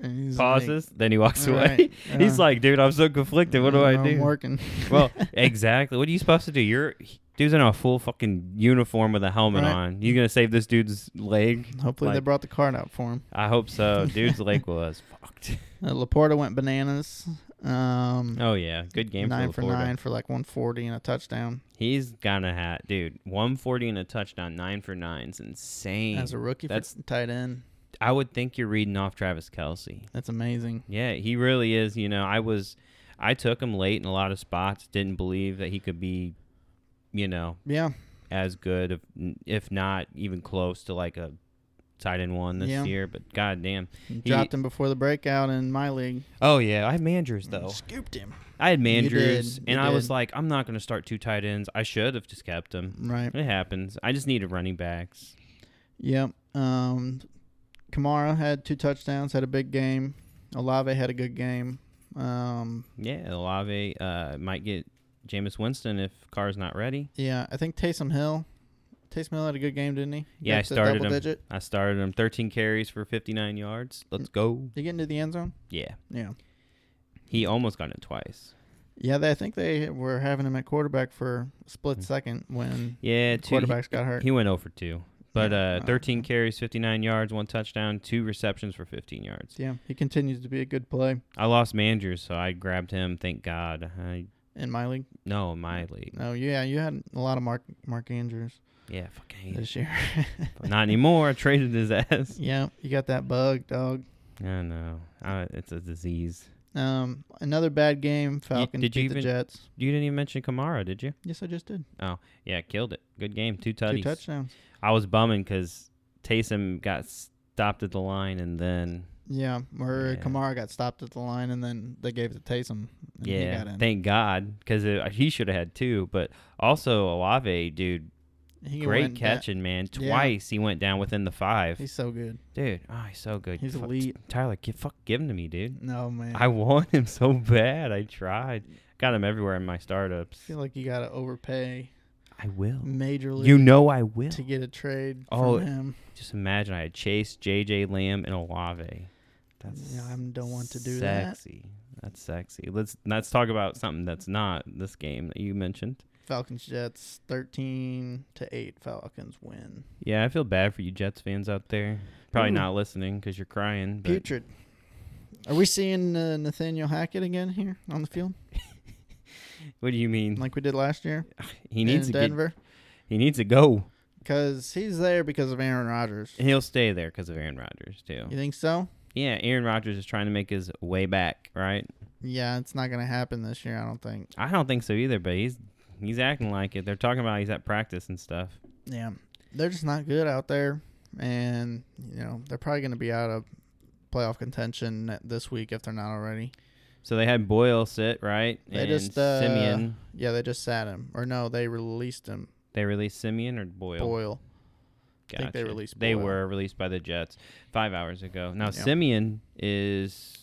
[SPEAKER 3] And he's like,
[SPEAKER 2] pauses, then he walks
[SPEAKER 3] "All
[SPEAKER 2] away.
[SPEAKER 3] right,
[SPEAKER 2] He's
[SPEAKER 3] uh,
[SPEAKER 2] like, dude, I'm so conflicted. What do I
[SPEAKER 3] I'm
[SPEAKER 2] do?
[SPEAKER 3] working.
[SPEAKER 2] well, exactly. What are you supposed to do? You're dude's in a full fucking uniform with a helmet
[SPEAKER 3] Right.
[SPEAKER 2] on. You gonna save this dude's leg?
[SPEAKER 3] Hopefully they
[SPEAKER 2] like-
[SPEAKER 3] brought the card out for him.
[SPEAKER 2] I hope so. Dude's leg was fucked.
[SPEAKER 3] Uh, Laporta went bananas. Um,
[SPEAKER 2] Oh yeah, good game
[SPEAKER 3] nine
[SPEAKER 2] for,
[SPEAKER 3] for,
[SPEAKER 2] Laporta.
[SPEAKER 3] nine for like 140 and a touchdown
[SPEAKER 2] He's gonna have dude 140 and a touchdown. Nine for nine's insane.
[SPEAKER 3] as a rookie.
[SPEAKER 2] That's-
[SPEAKER 3] for tight end.
[SPEAKER 2] I would think you're reading off Travis Kelsey.
[SPEAKER 3] That's amazing.
[SPEAKER 2] Yeah, he really is. You know, I was, I took him late in a lot of spots. Didn't believe that he could be, you know,
[SPEAKER 3] Yeah,
[SPEAKER 2] as good, if, if not even close to like a tight end one this
[SPEAKER 3] Yeah.
[SPEAKER 2] year. But goddamn,
[SPEAKER 3] dropped him before the breakout in my league.
[SPEAKER 2] Oh yeah, I had Mandrews though.
[SPEAKER 3] Scooped him.
[SPEAKER 2] I had
[SPEAKER 3] Mm. You did,
[SPEAKER 2] Mandrews,
[SPEAKER 3] you
[SPEAKER 2] and I was
[SPEAKER 3] did.
[SPEAKER 2] like, I'm not going to start two tight ends. I should have just kept him.
[SPEAKER 3] Right.
[SPEAKER 2] It happens. I just needed running backs.
[SPEAKER 3] Yep. Um, Kamara had two touchdowns, had a big game. Olave had a good game. Um,
[SPEAKER 2] Yeah, Olave uh, might get Jameis Winston if Carr's not ready.
[SPEAKER 3] yeah, I think Taysom Hill. Taysom Hill had a good game, didn't he? He
[SPEAKER 2] Yeah, I
[SPEAKER 3] got to
[SPEAKER 2] started
[SPEAKER 3] double
[SPEAKER 2] him.
[SPEAKER 3] digit.
[SPEAKER 2] I started him 13 carries for 59 yards.
[SPEAKER 3] Mm.
[SPEAKER 2] Let's go.
[SPEAKER 3] Did he get into the end zone?
[SPEAKER 2] Yeah,
[SPEAKER 3] Yeah.
[SPEAKER 2] he almost got it twice.
[SPEAKER 3] Yeah, they, I think they were having him at quarterback for a split second when
[SPEAKER 2] Yeah, two. Hmm. He,
[SPEAKER 3] quarterbacks got hurt.
[SPEAKER 2] he went over two, but
[SPEAKER 3] Yeah,
[SPEAKER 2] uh,
[SPEAKER 3] uh,
[SPEAKER 2] 13 carries, 59 yards, one touchdown, two receptions for 15 yards.
[SPEAKER 3] yeah, he continues to be a good play
[SPEAKER 2] I lost Mandrews, so I grabbed him. Thank God. I
[SPEAKER 3] in my league.
[SPEAKER 2] no my league.
[SPEAKER 3] Oh yeah, you had a lot of Mark Mark Andrews
[SPEAKER 2] Yeah, fucking hate
[SPEAKER 3] this year.
[SPEAKER 2] him. not anymore. I traded his ass.
[SPEAKER 3] yeah, you got that bug, dog.
[SPEAKER 2] I know. I, it's a disease. Um,
[SPEAKER 3] Um, another bad game. Falcons
[SPEAKER 2] did you
[SPEAKER 3] beat the
[SPEAKER 2] even-
[SPEAKER 3] Jets.
[SPEAKER 2] you didn't even mention Kamara, did you?
[SPEAKER 3] Yes, I just did.
[SPEAKER 2] Yeah, killed it. Good game. Two tutties.
[SPEAKER 3] Two touchdowns.
[SPEAKER 2] I was bumming because Taysom got stopped at the line, and then
[SPEAKER 3] Yeah, where
[SPEAKER 2] Yeah.
[SPEAKER 3] Kamara got stopped at the line, and then they gave it to Taysom. And he
[SPEAKER 2] yeah,
[SPEAKER 3] got in.
[SPEAKER 2] thank God because he should have had two. But also Olave, dude,
[SPEAKER 3] He
[SPEAKER 2] great
[SPEAKER 3] went da-
[SPEAKER 2] catching, man.
[SPEAKER 3] Yeah.
[SPEAKER 2] Twice he went down within the five.
[SPEAKER 3] He's so good.
[SPEAKER 2] dude, oh, he's so good.
[SPEAKER 3] He's
[SPEAKER 2] Fuck,
[SPEAKER 3] elite.
[SPEAKER 2] Tyler, give, fuck, give him to me, dude.
[SPEAKER 3] No man,
[SPEAKER 2] I
[SPEAKER 3] I
[SPEAKER 2] want him so bad. I tried. Got him everywhere in my startups.
[SPEAKER 3] feel like you gotta overpay
[SPEAKER 2] I will.
[SPEAKER 3] majorly
[SPEAKER 2] You know I will.
[SPEAKER 3] to get a trade
[SPEAKER 2] Oh,
[SPEAKER 3] from him.
[SPEAKER 2] Just imagine I had Chase, JJ Lamb, and Olave. That's
[SPEAKER 3] Yeah, I don't want to do that.
[SPEAKER 2] sexy. That's sexy. Let's let's talk about something that's not this game that you mentioned.
[SPEAKER 3] Falcons Jets thirteen to eight. Falcons win.
[SPEAKER 2] Yeah, I feel bad for you Jets fans out there. Probably
[SPEAKER 3] Ooh.
[SPEAKER 2] not listening because you're crying. But
[SPEAKER 3] Putrid. Are we seeing uh, Nathaniel Hackett again here on the field
[SPEAKER 2] what do you mean?
[SPEAKER 3] like we did last year
[SPEAKER 2] he needs to
[SPEAKER 3] in
[SPEAKER 2] get,
[SPEAKER 3] Denver?
[SPEAKER 2] he needs to go.
[SPEAKER 3] Because he's there because of Aaron Rodgers.
[SPEAKER 2] He'll stay there because of Aaron Rodgers too.
[SPEAKER 3] You think so?
[SPEAKER 2] Yeah, Aaron Rodgers is trying to make his way back, right?
[SPEAKER 3] Yeah, it's not gonna happen this year. I don't think.
[SPEAKER 2] I don't think so either, but he's he's acting like it. They're talking about he's at practice and stuff.
[SPEAKER 3] Yeah, they're just not good out there, and you know they're probably gonna be out of playoff contention this week if they're not already.
[SPEAKER 2] So they had Boyle sit, right?
[SPEAKER 3] They
[SPEAKER 2] and
[SPEAKER 3] just, uh,
[SPEAKER 2] Simeon.
[SPEAKER 3] Yeah, they just sat him, or no, they released him.
[SPEAKER 2] They released Simeon or Boyle?
[SPEAKER 3] Boyle. I think they
[SPEAKER 2] Gotcha.
[SPEAKER 3] released
[SPEAKER 2] They
[SPEAKER 3] Boyle.
[SPEAKER 2] were released by the Jets five hours ago. Now
[SPEAKER 3] Yeah.
[SPEAKER 2] Simeon is,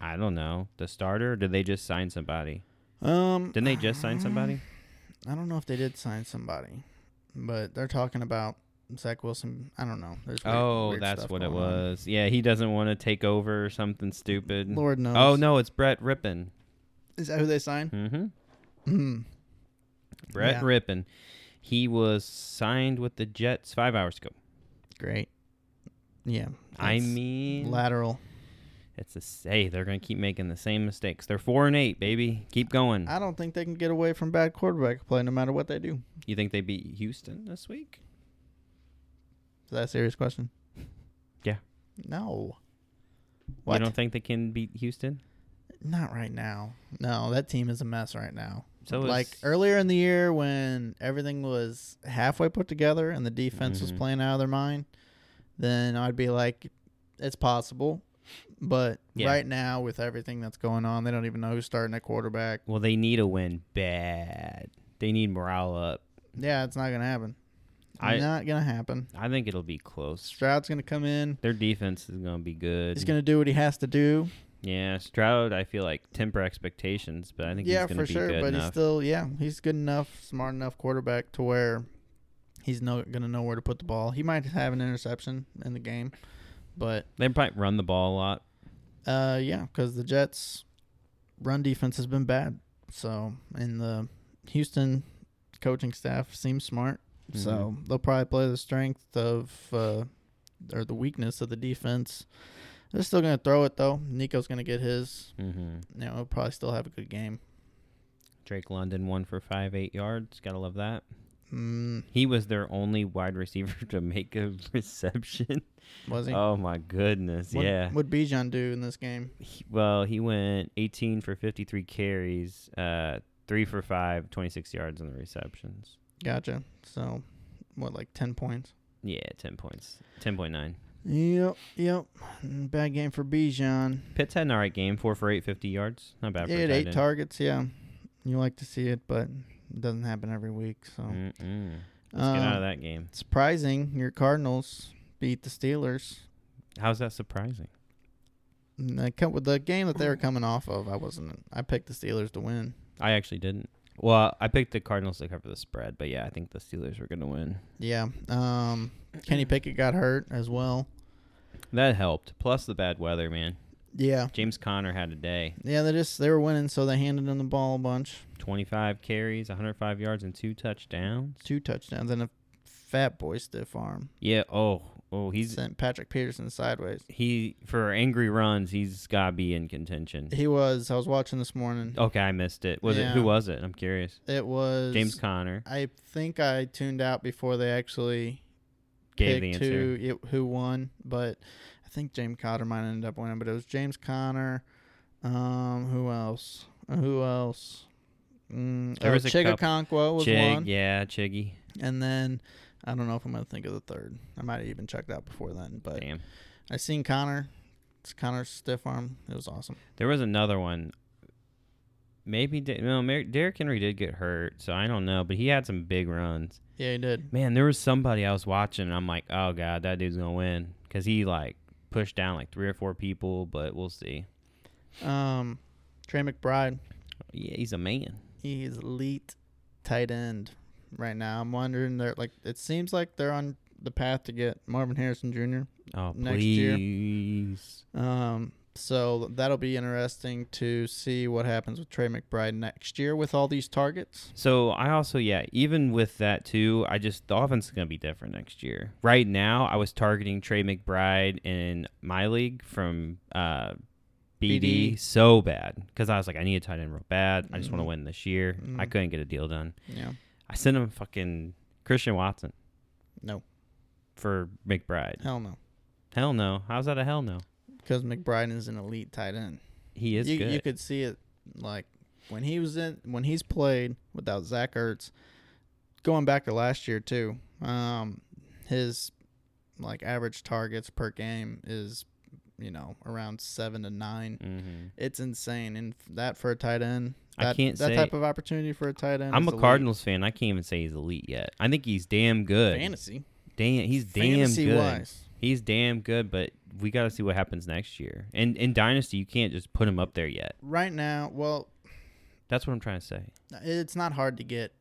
[SPEAKER 2] I don't know, the starter. Or did they just sign somebody?
[SPEAKER 3] Um,
[SPEAKER 2] Didn't they just sign somebody?
[SPEAKER 3] I don't know if they did sign somebody, but they're talking about Zach Wilson. I don't know. There's weird-
[SPEAKER 2] oh,
[SPEAKER 3] weird
[SPEAKER 2] that's
[SPEAKER 3] stuff
[SPEAKER 2] what it
[SPEAKER 3] going on.
[SPEAKER 2] was. Yeah, he doesn't want to take over or something stupid.
[SPEAKER 3] Lord knows.
[SPEAKER 2] Oh no, it's Brett Rippin.
[SPEAKER 3] is that who they signed?
[SPEAKER 2] Mm-hmm.
[SPEAKER 3] Hmm.
[SPEAKER 2] Brett
[SPEAKER 3] Yeah.
[SPEAKER 2] Rippin. He was signed with the Jets five hours ago.
[SPEAKER 3] Great. Yeah.
[SPEAKER 2] I
[SPEAKER 3] that's
[SPEAKER 2] mean,
[SPEAKER 3] lateral.
[SPEAKER 2] it's a say. They're gonna keep making the same mistakes. They're four and eight, baby. Keep going.
[SPEAKER 3] I don't think they can get away from bad quarterback play no matter what they do.
[SPEAKER 2] You think they beat Houston this week?
[SPEAKER 3] Is that a serious question?
[SPEAKER 2] Yeah.
[SPEAKER 3] No. What?
[SPEAKER 2] You don't think they can beat Houston?
[SPEAKER 3] Not right now. No, that team is a mess right now.
[SPEAKER 2] So
[SPEAKER 3] like
[SPEAKER 2] is-
[SPEAKER 3] earlier in the year when everything was halfway put together and the defense was
[SPEAKER 2] Mhm.
[SPEAKER 3] playing out of their mind, then I'd be like, it's possible. But
[SPEAKER 2] Yeah.
[SPEAKER 3] right now, with everything that's going on, they don't even know who's starting at quarterback.
[SPEAKER 2] Well, they need a win bad. They need morale up.
[SPEAKER 3] Yeah, it's not gonna happen.
[SPEAKER 2] I-
[SPEAKER 3] not gonna happen.
[SPEAKER 2] I think it'll be close.
[SPEAKER 3] Stroud's gonna come in.
[SPEAKER 2] Their defense is gonna be good.
[SPEAKER 3] He's gonna do what he has to do.
[SPEAKER 2] yeah, Stroud. I feel like temper expectations, but I think
[SPEAKER 3] yeah,
[SPEAKER 2] he's gonna
[SPEAKER 3] for
[SPEAKER 2] be
[SPEAKER 3] sure.
[SPEAKER 2] good
[SPEAKER 3] But
[SPEAKER 2] enough.
[SPEAKER 3] he's still, yeah, he's good enough, smart enough quarterback to where he's no, gonna know where to put the ball. He might have an interception in the game, but
[SPEAKER 2] they might run the ball a lot.
[SPEAKER 3] uh, yeah, because the Jets' run defense has been bad. So, and the Houston coaching staff seems smart.
[SPEAKER 2] Mm-hmm.
[SPEAKER 3] So they'll probably play the strength of uh, or the weakness of the defense. They're still gonna throw it though. Nico's gonna get his.
[SPEAKER 2] Mm-hmm.
[SPEAKER 3] You know, he'll probably still have a good game.
[SPEAKER 2] Drake London one for five eight yards. Gotta love that.
[SPEAKER 3] Mm,
[SPEAKER 2] He was their only wide receiver to make a reception.
[SPEAKER 3] was he?
[SPEAKER 2] Oh my goodness,
[SPEAKER 3] What,
[SPEAKER 2] yeah.
[SPEAKER 3] What Bijan do in this game?
[SPEAKER 2] He- well, he went 18 for 53 carries, uh, three for five, 26 yards on the receptions.
[SPEAKER 3] Gotcha. So, what like ten points?
[SPEAKER 2] Yeah, 10 points, 10.9.
[SPEAKER 3] Yep, yep. Mm, Bad game for Bijan.
[SPEAKER 2] Pitts had an alright game, four for eight, 50 yards. Not bad for
[SPEAKER 3] He
[SPEAKER 2] a
[SPEAKER 3] had
[SPEAKER 2] tight
[SPEAKER 3] eight
[SPEAKER 2] end.
[SPEAKER 3] targets. Yeah, you like to see it, but it doesn't happen every week. So
[SPEAKER 2] Mm-mm. Mm, Let's get out
[SPEAKER 3] Um,
[SPEAKER 2] of that game.
[SPEAKER 3] surprising, your Cardinals beat the Steelers.
[SPEAKER 2] How's that surprising?
[SPEAKER 3] And the co- with the game that they were coming off of, I wasn't. I picked the Steelers to win.
[SPEAKER 2] I actually didn't. Well, I picked the Cardinals to cover the spread, but yeah, I think the Steelers were going to win.
[SPEAKER 3] Yeah. Um, Kenny Pickett got hurt as well.
[SPEAKER 2] That helped. Plus the bad weather, man.
[SPEAKER 3] Yeah.
[SPEAKER 2] James Conner had a day.
[SPEAKER 3] Yeah. They just they were winning, so they handed him the ball a bunch,
[SPEAKER 2] 25 carries, 105 yards, and two touchdowns.
[SPEAKER 3] two touchdowns, and a fat boy stiff arm
[SPEAKER 2] Yeah. Oh, oh, he's
[SPEAKER 3] sent Patrick Peterson sideways.
[SPEAKER 2] he for angry runs. He's got to be in contention.
[SPEAKER 3] He was. I was watching this morning.
[SPEAKER 2] Okay, I missed it. Was it who
[SPEAKER 3] Yeah.
[SPEAKER 2] was it? I'm curious.
[SPEAKER 3] It was
[SPEAKER 2] James Conner
[SPEAKER 3] I think I tuned out before they actually
[SPEAKER 2] gave the
[SPEAKER 3] picked
[SPEAKER 2] answer.
[SPEAKER 3] who it, who won, but I think James Conner might end up winning. But it was James Conner. Um, who else? Who else? Mm,
[SPEAKER 2] There
[SPEAKER 3] oh,
[SPEAKER 2] was a
[SPEAKER 3] Chig
[SPEAKER 2] couple-
[SPEAKER 3] Okonkwo was
[SPEAKER 2] Chig,
[SPEAKER 3] one,
[SPEAKER 2] yeah, Chiggy.
[SPEAKER 3] and then I don't know if I'm gonna think of the third. I might have even checked out before then, but
[SPEAKER 2] Damn.
[SPEAKER 3] I seen Connor. It's Connor's stiff arm. It was awesome.
[SPEAKER 2] There was another one. Maybe De- no, Mer- Derrick Henry did get hurt, so I don't know, but he had some big runs.
[SPEAKER 3] Yeah, he did.
[SPEAKER 2] Man, there was somebody I was watching, and I'm like, oh god, that dude's gonna win because he like pushed down like three or four people, but we'll see.
[SPEAKER 3] Um, Trey McBride.
[SPEAKER 2] Yeah, he's a man.
[SPEAKER 3] He's elite tight end right now. I'm wondering they're like it seems like they're on the path to get Marvin Harrison Jr.
[SPEAKER 2] Oh
[SPEAKER 3] Next year.
[SPEAKER 2] please.
[SPEAKER 3] Um so that'll be interesting to see what happens with Trey McBride next year with all these targets.
[SPEAKER 2] So I also yeah, even with that too, I just the offense is gonna be different next year. Right now, I was targeting Trey McBride in my league from uh, BD,
[SPEAKER 3] BD.
[SPEAKER 2] so bad because I was like, I need a tight end real bad. I just want to
[SPEAKER 3] Mhm.
[SPEAKER 2] win this year. I
[SPEAKER 3] Mhm.
[SPEAKER 2] couldn't get a deal done.
[SPEAKER 3] Yeah.
[SPEAKER 2] I sent him fucking Christian Watson
[SPEAKER 3] No.
[SPEAKER 2] for McBride.
[SPEAKER 3] Hell no.
[SPEAKER 2] Hell no. How's that a hell no?
[SPEAKER 3] Because McBride is an elite tight end.
[SPEAKER 2] He is
[SPEAKER 3] you,
[SPEAKER 2] good.
[SPEAKER 3] you could see it like when he was in when he's played without Zach Ertz, going back to last year too. Um, his like average targets per game is you know around seven to nine.
[SPEAKER 2] hmm
[SPEAKER 3] It's insane, and f- that for a tight end,
[SPEAKER 2] I
[SPEAKER 3] that,
[SPEAKER 2] can't
[SPEAKER 3] that
[SPEAKER 2] say-
[SPEAKER 3] type of opportunity for a tight end.
[SPEAKER 2] I'm
[SPEAKER 3] is
[SPEAKER 2] a
[SPEAKER 3] elite.
[SPEAKER 2] Cardinals fan. I can't even say he's elite yet. I think he's damn good.
[SPEAKER 3] fantasy.
[SPEAKER 2] Damn, he's damn
[SPEAKER 3] fantasy
[SPEAKER 2] good.
[SPEAKER 3] wise,
[SPEAKER 2] He's damn good, but we got to see what happens next year. And in Dynasty, you can't just put him up there yet.
[SPEAKER 3] right now, well,
[SPEAKER 2] That's what I'm trying to say.
[SPEAKER 3] it's not hard to get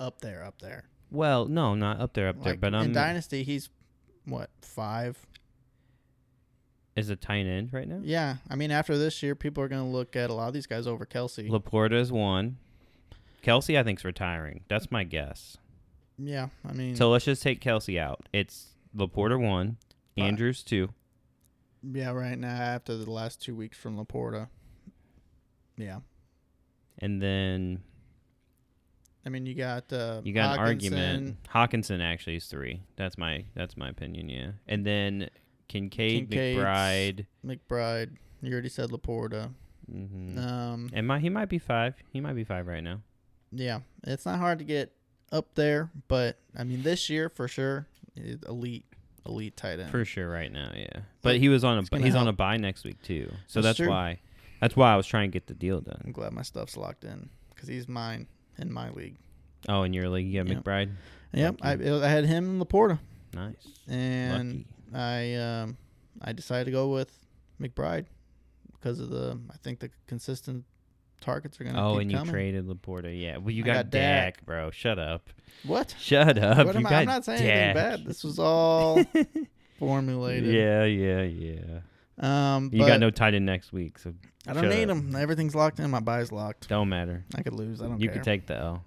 [SPEAKER 3] up there, up there.
[SPEAKER 2] Well, no, not up there, up there.
[SPEAKER 3] Like,
[SPEAKER 2] But I'm
[SPEAKER 3] in dynasty, he's what five,
[SPEAKER 2] is a tight end right now.
[SPEAKER 3] Yeah, I mean, after this year, people are going to look at a lot of these guys over Kelsey.
[SPEAKER 2] Laporta is one. Kelsey, I think's retiring. That's my guess.
[SPEAKER 3] yeah, I mean,
[SPEAKER 2] So let's just take Kelsey out. It's Laporta one,
[SPEAKER 3] Uh,
[SPEAKER 2] Andrews two.
[SPEAKER 3] yeah, right now after the last two weeks from Laporta, yeah,
[SPEAKER 2] And then
[SPEAKER 3] I mean, you got uh,
[SPEAKER 2] you got an
[SPEAKER 3] Hockenson,
[SPEAKER 2] argument. Hawkinson actually is three. That's my that's my opinion. Yeah. And then Kincaid,
[SPEAKER 3] Kincaid's-
[SPEAKER 2] McBride.
[SPEAKER 3] McBride. You already said Laporta.
[SPEAKER 2] Mm-hmm.
[SPEAKER 3] Um,
[SPEAKER 2] And my, he might be five. He might be five right now.
[SPEAKER 3] yeah, it's not hard to get up there, but I mean, this year for sure, eh, elite, elite tight end.
[SPEAKER 2] For sure, right now, yeah. But he was on a
[SPEAKER 3] gonna
[SPEAKER 2] he's on a
[SPEAKER 3] help.
[SPEAKER 2] buy next week too, so that's,
[SPEAKER 3] That's true.
[SPEAKER 2] why that's why I was trying to get the deal
[SPEAKER 3] I'm
[SPEAKER 2] done.
[SPEAKER 3] glad my stuff's locked in because he's mine in my league.
[SPEAKER 2] Oh, and your league, you got
[SPEAKER 3] Yeah.
[SPEAKER 2] McBride.
[SPEAKER 3] Yep, I,
[SPEAKER 2] Lucky.
[SPEAKER 3] I had him and Laporta.
[SPEAKER 2] Nice.
[SPEAKER 3] and
[SPEAKER 2] Lucky.
[SPEAKER 3] I um, I decided to go with McBride because of the I think the consistent targets are gonna.
[SPEAKER 2] Oh,
[SPEAKER 3] keep
[SPEAKER 2] and you
[SPEAKER 3] coming.
[SPEAKER 2] traded Laporta. Yeah. Well, you
[SPEAKER 3] I
[SPEAKER 2] got,
[SPEAKER 3] got
[SPEAKER 2] Dak,
[SPEAKER 3] Dak.
[SPEAKER 2] bro. Shut up.
[SPEAKER 3] what?
[SPEAKER 2] Shut up.
[SPEAKER 3] what
[SPEAKER 2] you
[SPEAKER 3] am
[SPEAKER 2] got
[SPEAKER 3] I? I'm not saying
[SPEAKER 2] Dak.
[SPEAKER 3] anything bad. This was all formulated.
[SPEAKER 2] Yeah, yeah, yeah.
[SPEAKER 3] Um,
[SPEAKER 2] You got no tight end next week, so
[SPEAKER 3] I don't
[SPEAKER 2] shut
[SPEAKER 3] need
[SPEAKER 2] up.
[SPEAKER 3] them. Everything's locked in. My buy's locked.
[SPEAKER 2] don't matter.
[SPEAKER 3] I could lose. I don't
[SPEAKER 2] You
[SPEAKER 3] care.
[SPEAKER 2] can take the L.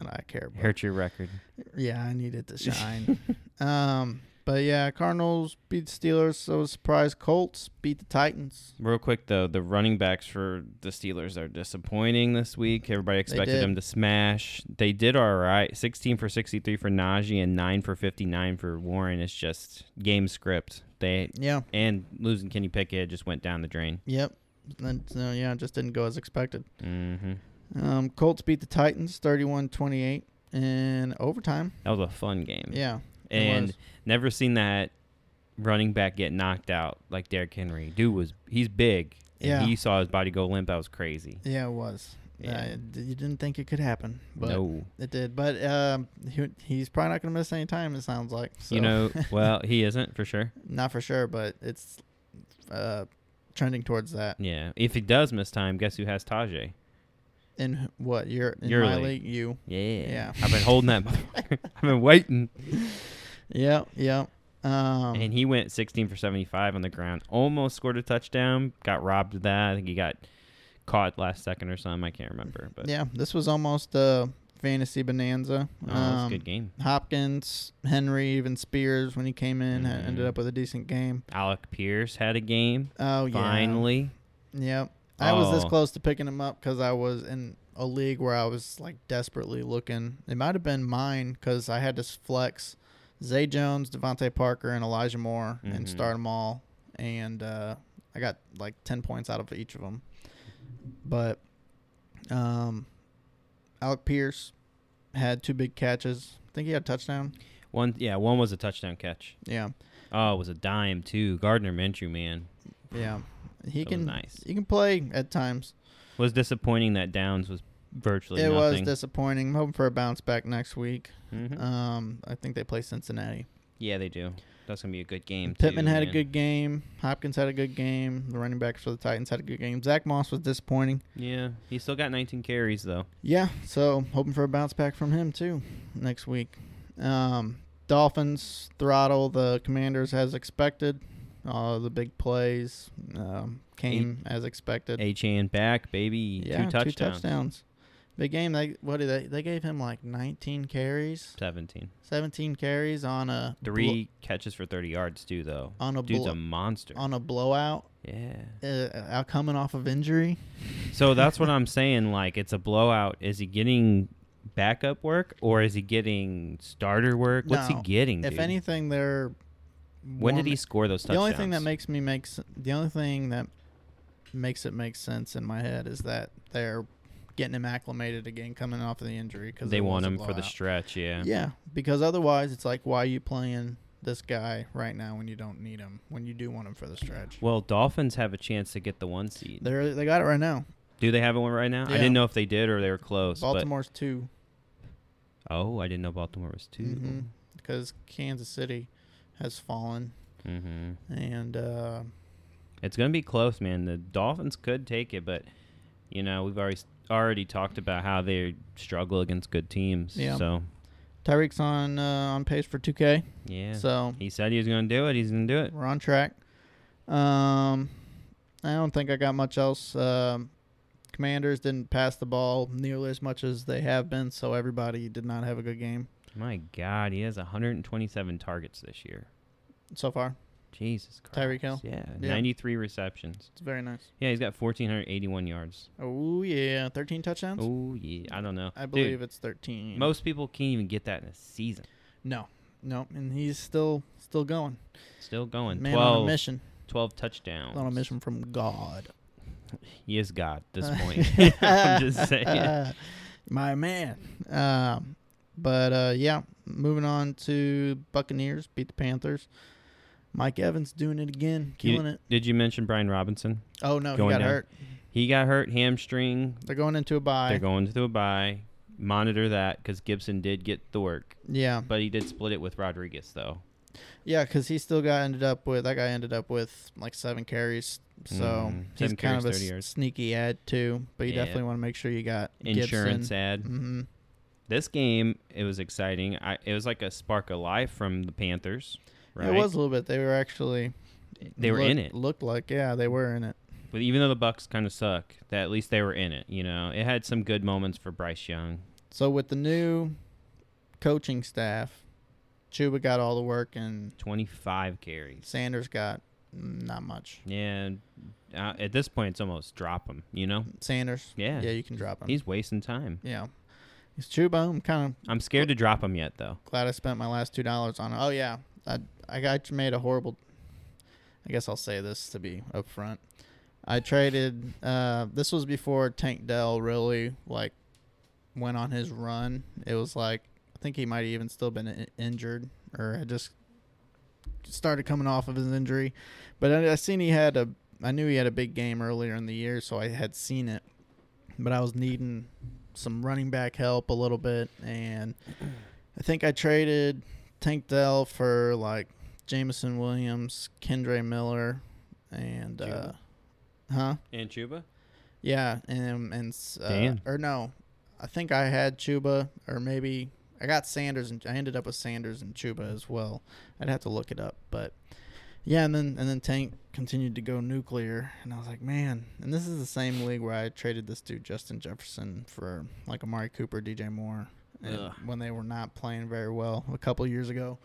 [SPEAKER 3] and I care. But
[SPEAKER 2] Hurt your record.
[SPEAKER 3] yeah, I need it to shine. um, but yeah, Cardinals beat the Steelers. So surprise, Colts beat the Titans.
[SPEAKER 2] Real quick though, the running backs for the Steelers are disappointing this week. Everybody expected
[SPEAKER 3] did.
[SPEAKER 2] them to smash. They did all right. 16 for 63 for Najee and 9 for 59 for Warren. It's just game script. They
[SPEAKER 3] Yeah.
[SPEAKER 2] and losing Kenny Pickett just went down the drain.
[SPEAKER 3] Yep. And so yeah, it just didn't go as expected.
[SPEAKER 2] hmm
[SPEAKER 3] Um, Colts beat the Titans 31-28 in overtime.
[SPEAKER 2] That was a fun game.
[SPEAKER 3] Yeah. it
[SPEAKER 2] and
[SPEAKER 3] was.
[SPEAKER 2] never seen that running back get knocked out like Derrick Henry. Dude was he's big. And
[SPEAKER 3] Yeah.
[SPEAKER 2] He saw his body go limp. That was crazy.
[SPEAKER 3] yeah, it was.
[SPEAKER 2] Yeah.
[SPEAKER 3] Uh, d- you didn't think it could happen, but
[SPEAKER 2] no.
[SPEAKER 3] it did. But um, he, he's probably not going to miss any time. It sounds like. So,
[SPEAKER 2] You know, well, he isn't for sure.
[SPEAKER 3] not for sure, but it's uh, trending towards that.
[SPEAKER 2] Yeah. If he does miss time, guess who has Tajay?
[SPEAKER 3] In wh- what? You're in
[SPEAKER 2] Your
[SPEAKER 3] my
[SPEAKER 2] league.
[SPEAKER 3] league. You.
[SPEAKER 2] Yeah.
[SPEAKER 3] Yeah.
[SPEAKER 2] I've been holding that. motherfucker. I've been waiting.
[SPEAKER 3] Yeah. Yeah. Um,
[SPEAKER 2] And he went 16 for 75 on the ground. Almost scored a touchdown. Got robbed of that. I think he got caught last second or something. I can't remember. But
[SPEAKER 3] yeah, this was almost a fantasy bonanza.
[SPEAKER 2] no, that's
[SPEAKER 3] Um,
[SPEAKER 2] oh, a good game.
[SPEAKER 3] Hopkins, Henry, even Spears when he came in had-
[SPEAKER 2] Mhm.
[SPEAKER 3] ended up with a decent game.
[SPEAKER 2] Alec Pierce had a game.
[SPEAKER 3] Oh yeah.
[SPEAKER 2] Finally.
[SPEAKER 3] Yep. I was this
[SPEAKER 2] Oh.
[SPEAKER 3] close to picking him up because I was in a league where I was like desperately looking. It might have been mine because I had to flex Zay Jones, Devontae Parker, and Elijah Moore and
[SPEAKER 2] Mhm.
[SPEAKER 3] start them all. And uh, I got like 10 points out of each of them. But um, Alec Pierce had two big catches. I think he had a touchdown.
[SPEAKER 2] One, yeah, one was a touchdown catch.
[SPEAKER 3] Yeah.
[SPEAKER 2] Oh, it was a dime too. Gardner Minshew, man,
[SPEAKER 3] Yeah. He
[SPEAKER 2] That was
[SPEAKER 3] can
[SPEAKER 2] nice.
[SPEAKER 3] he can play at times.
[SPEAKER 2] was disappointing that Downs was virtually
[SPEAKER 3] it was
[SPEAKER 2] nothing.
[SPEAKER 3] disappointing. I'm hoping for a bounce back next week.
[SPEAKER 2] Mhm.
[SPEAKER 3] Um, I think they play Cincinnati.
[SPEAKER 2] yeah, they do. That's gonna be a good game.
[SPEAKER 3] Pittman
[SPEAKER 2] too,
[SPEAKER 3] had a
[SPEAKER 2] man.
[SPEAKER 3] good game. Hopkins had a good game. The running backs for the Titans had a good game. Zach Moss was disappointing.
[SPEAKER 2] Yeah, he still got 19 carries though.
[SPEAKER 3] Yeah, so hoping for a bounce back from him too next week. Um, Dolphins throttle the Commanders as expected. All the big plays um, came as expected.
[SPEAKER 2] Achan back, baby.
[SPEAKER 3] yeah,
[SPEAKER 2] two touchdowns.
[SPEAKER 3] touchdowns. Big game. They what did they? They gave him like 19 carries,
[SPEAKER 2] 17.
[SPEAKER 3] 17 carries on a blo-
[SPEAKER 2] Three catches for 30 yards too though.
[SPEAKER 3] on a
[SPEAKER 2] Dude's
[SPEAKER 3] blo-
[SPEAKER 2] a monster.
[SPEAKER 3] on a blowout.
[SPEAKER 2] yeah.
[SPEAKER 3] uh, out coming off of injury.
[SPEAKER 2] So that's what I'm saying. Like it's a blowout. Is he getting backup work or is he getting starter work? What's
[SPEAKER 3] No.
[SPEAKER 2] he getting?
[SPEAKER 3] If
[SPEAKER 2] dude?
[SPEAKER 3] anything, they're
[SPEAKER 2] when did
[SPEAKER 3] warming-
[SPEAKER 2] he score those
[SPEAKER 3] The
[SPEAKER 2] touchdowns?
[SPEAKER 3] only thing that makes me makes the only thing that makes it make sense in my head is that they're getting him acclimated again, coming off of the injury because
[SPEAKER 2] they want him for the stretch. Yeah.
[SPEAKER 3] Yeah, because otherwise it's like, why are you playing this guy right now when you don't need him? When you do want him for the stretch,
[SPEAKER 2] Well, Dolphins have a chance to get the one seed.
[SPEAKER 3] they're they got it right now.
[SPEAKER 2] Do they have one right now? I
[SPEAKER 3] Yeah.
[SPEAKER 2] didn't know if they did or they were close. but-
[SPEAKER 3] Baltimore's two
[SPEAKER 2] oh, I didn't know Baltimore was 2
[SPEAKER 3] Mhm. because Kansas City has fallen
[SPEAKER 2] Mm-hmm.
[SPEAKER 3] and. uh
[SPEAKER 2] It's gonna be close, man. The Dolphins could take it, but you know we've already already talked about how they struggle against good teams.
[SPEAKER 3] Yeah.
[SPEAKER 2] So
[SPEAKER 3] Tyreek's on uh, on pace for 2K,
[SPEAKER 2] yeah.
[SPEAKER 3] so
[SPEAKER 2] he said he was gonna do it. He's gonna do it.
[SPEAKER 3] we're on track. Um, I don't think I got much else. Um, commanders didn't pass the ball nearly as much as they have been, so everybody did not have a good game
[SPEAKER 2] My God, he has 127 targets this year.
[SPEAKER 3] so far.
[SPEAKER 2] Jesus Christ.
[SPEAKER 3] Tyreek Hill?
[SPEAKER 2] Yeah,
[SPEAKER 3] Yeah.
[SPEAKER 2] 93 receptions.
[SPEAKER 3] It's very nice.
[SPEAKER 2] Yeah, he's got 1481 yards.
[SPEAKER 3] Oh yeah, 13 touchdowns.
[SPEAKER 2] Oh yeah, I don't know.
[SPEAKER 3] I
[SPEAKER 2] Dude,
[SPEAKER 3] believe it's 13.
[SPEAKER 2] most people can't even get that in a season.
[SPEAKER 3] No, no, and he's still still going.
[SPEAKER 2] Still going.
[SPEAKER 3] Man on a
[SPEAKER 2] 12,
[SPEAKER 3] mission.
[SPEAKER 2] 12 touchdowns.
[SPEAKER 3] On a mission from God.
[SPEAKER 2] He is God at this point. I'm just saying.
[SPEAKER 3] My man. Um, but uh, yeah, moving on to Buccaneers beat the Panthers. Mike Evans doing it again,
[SPEAKER 2] You-
[SPEAKER 3] killing it.
[SPEAKER 2] Did you mention Brian Robinson?
[SPEAKER 3] Oh no, he
[SPEAKER 2] going
[SPEAKER 3] got
[SPEAKER 2] down.
[SPEAKER 3] hurt.
[SPEAKER 2] He got hurt hamstring.
[SPEAKER 3] They're going into a bye.
[SPEAKER 2] They're going to a bye. Monitor that because Gibson did get the work,
[SPEAKER 3] yeah,
[SPEAKER 2] but he did split it with Rodriguez though.
[SPEAKER 3] yeah, because he still got ended up with that guy ended up with like seven carries, so
[SPEAKER 2] Mhm.
[SPEAKER 3] he's
[SPEAKER 2] Seven
[SPEAKER 3] kind
[SPEAKER 2] carries,
[SPEAKER 3] of a
[SPEAKER 2] 30
[SPEAKER 3] s-
[SPEAKER 2] yards.
[SPEAKER 3] sneaky ad too. But you
[SPEAKER 2] Yeah.
[SPEAKER 3] definitely want to make sure you got
[SPEAKER 2] Insurance
[SPEAKER 3] Gibson.
[SPEAKER 2] ad.
[SPEAKER 3] Mm-hmm.
[SPEAKER 2] This game it was exciting. I, it was like a spark of life from the Panthers. Right?
[SPEAKER 3] It was a little bit. They were actually
[SPEAKER 2] They were
[SPEAKER 3] look-
[SPEAKER 2] in it,
[SPEAKER 3] Looked like yeah, they were in it.
[SPEAKER 2] but even though the Bucks kind of suck, that at least they were in it. You know, it had some good moments for Bryce Young.
[SPEAKER 3] So with the new coaching staff, Chuba got all the work and
[SPEAKER 2] Twenty-five carries.
[SPEAKER 3] Sanders got not much.
[SPEAKER 2] Yeah, uh, at this point, it's almost drop him. You
[SPEAKER 3] Mm-hmm.
[SPEAKER 2] know,
[SPEAKER 3] Sanders,
[SPEAKER 2] Mm. Yeah.
[SPEAKER 3] yeah, you can drop him.
[SPEAKER 2] he's wasting time.
[SPEAKER 3] yeah, he's Chuba. I'm kind
[SPEAKER 2] I'm scared to drop him yet, though.
[SPEAKER 3] of glad I spent my last two dollars on. Oh yeah, I I got made a horrible. I guess I'll say this to be upfront. I traded. Uh, this was before Tank Dell really like went on his run. It was like I think he might have even still been in- injured or had just started coming off of his injury. But I, I seen he had a. I knew he had a big game earlier in the year, so I had seen it. But I was needing some running back help a little bit, and I think I traded Tank Dell for like Jamison Williams, Kendra Miller, and
[SPEAKER 2] Juba?
[SPEAKER 3] uh, huh?
[SPEAKER 2] And Chuba?
[SPEAKER 3] Yeah, and and s- uh,
[SPEAKER 2] Damn.
[SPEAKER 3] or no, I think I had Chuba, or maybe I got Sanders, and I ended up with Sanders and Chuba as well. I'd have to look it up, but yeah, and then and then Tank continued to go nuclear, and I was like, man, and this is the same league where I traded this dude Justin Jefferson for like Amari Cooper, DJ Moore, and
[SPEAKER 2] Ugh.
[SPEAKER 3] when they were not playing very well a couple years ago.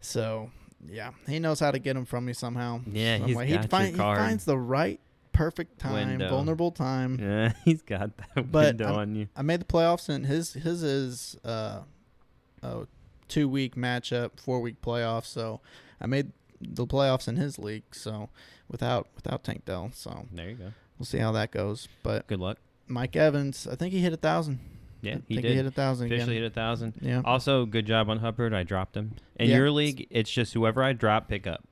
[SPEAKER 3] So yeah, he knows how to get them from me somehow.
[SPEAKER 2] Yeah,
[SPEAKER 3] some
[SPEAKER 2] he's
[SPEAKER 3] way.
[SPEAKER 2] got your
[SPEAKER 3] he, find- he
[SPEAKER 2] card.
[SPEAKER 3] finds the right perfect time,
[SPEAKER 2] Window.
[SPEAKER 3] vulnerable time.
[SPEAKER 2] Yeah, he's got that
[SPEAKER 3] But
[SPEAKER 2] window
[SPEAKER 3] I'm-
[SPEAKER 2] on you.
[SPEAKER 3] I made the playoffs, and his his is uh, a two week matchup, four week playoff. So I made the playoffs in his league. So without without Tank Dell, so
[SPEAKER 2] There you go.
[SPEAKER 3] we'll see how that goes. But
[SPEAKER 2] Good luck.
[SPEAKER 3] Mike Evans, I think he hit a thousand.
[SPEAKER 2] Yeah,
[SPEAKER 3] I
[SPEAKER 2] he
[SPEAKER 3] think
[SPEAKER 2] did.
[SPEAKER 3] he hit a thousand again.
[SPEAKER 2] Officially hit a thousand.
[SPEAKER 3] yeah,
[SPEAKER 2] Also, good job on Hubbard. I dropped him. In
[SPEAKER 3] Yeah.
[SPEAKER 2] your league, it's just whoever I drop, pick up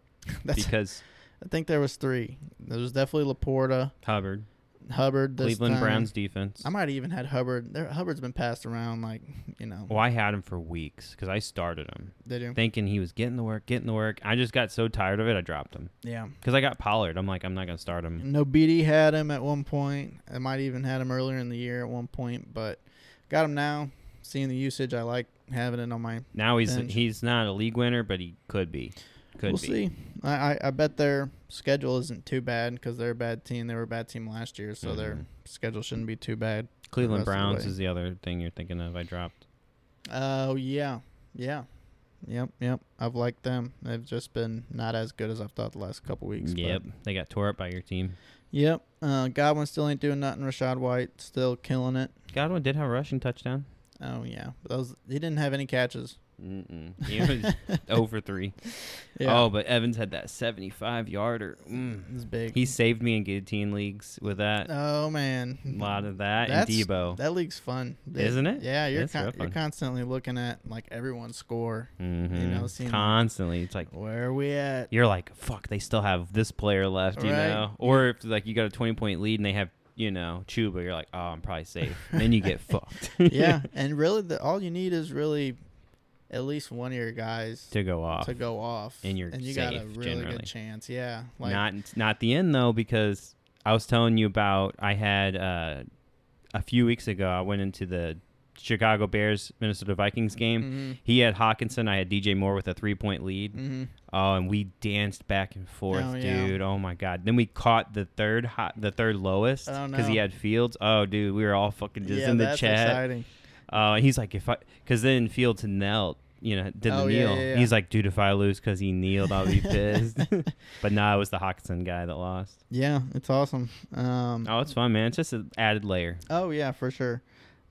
[SPEAKER 3] that's.
[SPEAKER 2] because
[SPEAKER 3] I think there was three. There was definitely Laporta,
[SPEAKER 2] Hubbard,
[SPEAKER 3] Hubbard. This
[SPEAKER 2] Cleveland
[SPEAKER 3] time.
[SPEAKER 2] Browns defense.
[SPEAKER 3] I might even had Hubbard. There, Hubbard's been passed around like you know
[SPEAKER 2] well, I had him for weeks because I started him
[SPEAKER 3] they do.
[SPEAKER 2] thinking he was getting the work, getting the work. I just got so tired of it, I dropped him
[SPEAKER 3] Yeah.
[SPEAKER 2] because I got Pollard. I'm like, I'm not gonna start him.
[SPEAKER 3] No BD had him at one point. I might even had him earlier in the year at one point, but got him now. Seeing the usage, I like having it on my.
[SPEAKER 2] Now he's
[SPEAKER 3] Bench.
[SPEAKER 2] he's not a league winner, but he could be. Could
[SPEAKER 3] we'll
[SPEAKER 2] be.
[SPEAKER 3] see. I, I I bet their schedule isn't too bad because they're a bad team. They were a bad team last year, so their
[SPEAKER 2] Mhm.
[SPEAKER 3] schedule shouldn't be too bad.
[SPEAKER 2] Cleveland
[SPEAKER 3] rest of the
[SPEAKER 2] Browns
[SPEAKER 3] way.
[SPEAKER 2] is the other thing you're thinking of. I dropped.
[SPEAKER 3] Oh yeah, yeah, yep, yep. I've liked them. They've just been not as good as I've thought the last couple weeks. but-
[SPEAKER 2] Yep, they got tore up by your team.
[SPEAKER 3] Yep. Uh, Godwin still ain't doing nothing. Rashad White still killing it.
[SPEAKER 2] Godwin did have a rushing touchdown.
[SPEAKER 3] Oh yeah, but those he didn't have any catches.
[SPEAKER 2] Mm-mm. He was over three.
[SPEAKER 3] Yeah,
[SPEAKER 2] Oh, but Evans had that 75 yarder.
[SPEAKER 3] it
[SPEAKER 2] Mm.
[SPEAKER 3] was big.
[SPEAKER 2] He saved me in guillotine leagues with that.
[SPEAKER 3] Oh man,
[SPEAKER 2] A lot of that
[SPEAKER 3] That's-
[SPEAKER 2] and Debo.
[SPEAKER 3] that league's fun, They-
[SPEAKER 2] Isn't it?
[SPEAKER 3] Yeah, you're
[SPEAKER 2] It's real
[SPEAKER 3] con- you're
[SPEAKER 2] fun.
[SPEAKER 3] constantly looking at like everyone's score.
[SPEAKER 2] mm-hmm.
[SPEAKER 3] know, seeing that.
[SPEAKER 2] Constantly. It's like,
[SPEAKER 3] Where are we at?
[SPEAKER 2] you're like, fuck, they still have this player left, you
[SPEAKER 3] Right.
[SPEAKER 2] know? Or if, like, you got a 20 point lead and they have, you know, Chuba, you're like, oh, I'm probably safe. And then you get fucked.
[SPEAKER 3] yeah, and really, the, all you need is really at least one of your guys to,
[SPEAKER 2] to go off.
[SPEAKER 3] go off,
[SPEAKER 2] And you're
[SPEAKER 3] and you got a
[SPEAKER 2] safe,
[SPEAKER 3] really
[SPEAKER 2] generally.
[SPEAKER 3] good chance. Yeah, like
[SPEAKER 2] not not the end though, because I was telling you about I had uh, a few weeks ago. I went into the Chicago Bears Minnesota Vikings game.
[SPEAKER 3] Mhm.
[SPEAKER 2] He had Hawkinson. I had DJ Moore with a three point lead.
[SPEAKER 3] Mhm.
[SPEAKER 2] Oh, and we danced back and forth,
[SPEAKER 3] Oh, yeah.
[SPEAKER 2] dude. Oh my god. Then we caught the third hot, the third lowest
[SPEAKER 3] Oh,
[SPEAKER 2] he
[SPEAKER 3] no.
[SPEAKER 2] had Fields. Oh, dude, we were all fucking just
[SPEAKER 3] yeah,
[SPEAKER 2] in the
[SPEAKER 3] that's
[SPEAKER 2] chat.
[SPEAKER 3] exciting.
[SPEAKER 2] Uh, and he's like, if I, because then Fields knelt, you know, did
[SPEAKER 3] Oh,
[SPEAKER 2] the
[SPEAKER 3] yeah,
[SPEAKER 2] kneel.
[SPEAKER 3] yeah, yeah.
[SPEAKER 2] He's like, dude, if I lose because he kneeled, I'll be pissed. but nah, it was the Hawkinson guy that lost.
[SPEAKER 3] Yeah, it's awesome. Um,
[SPEAKER 2] Oh, it's fun, man. It's just an added layer.
[SPEAKER 3] oh yeah, for sure.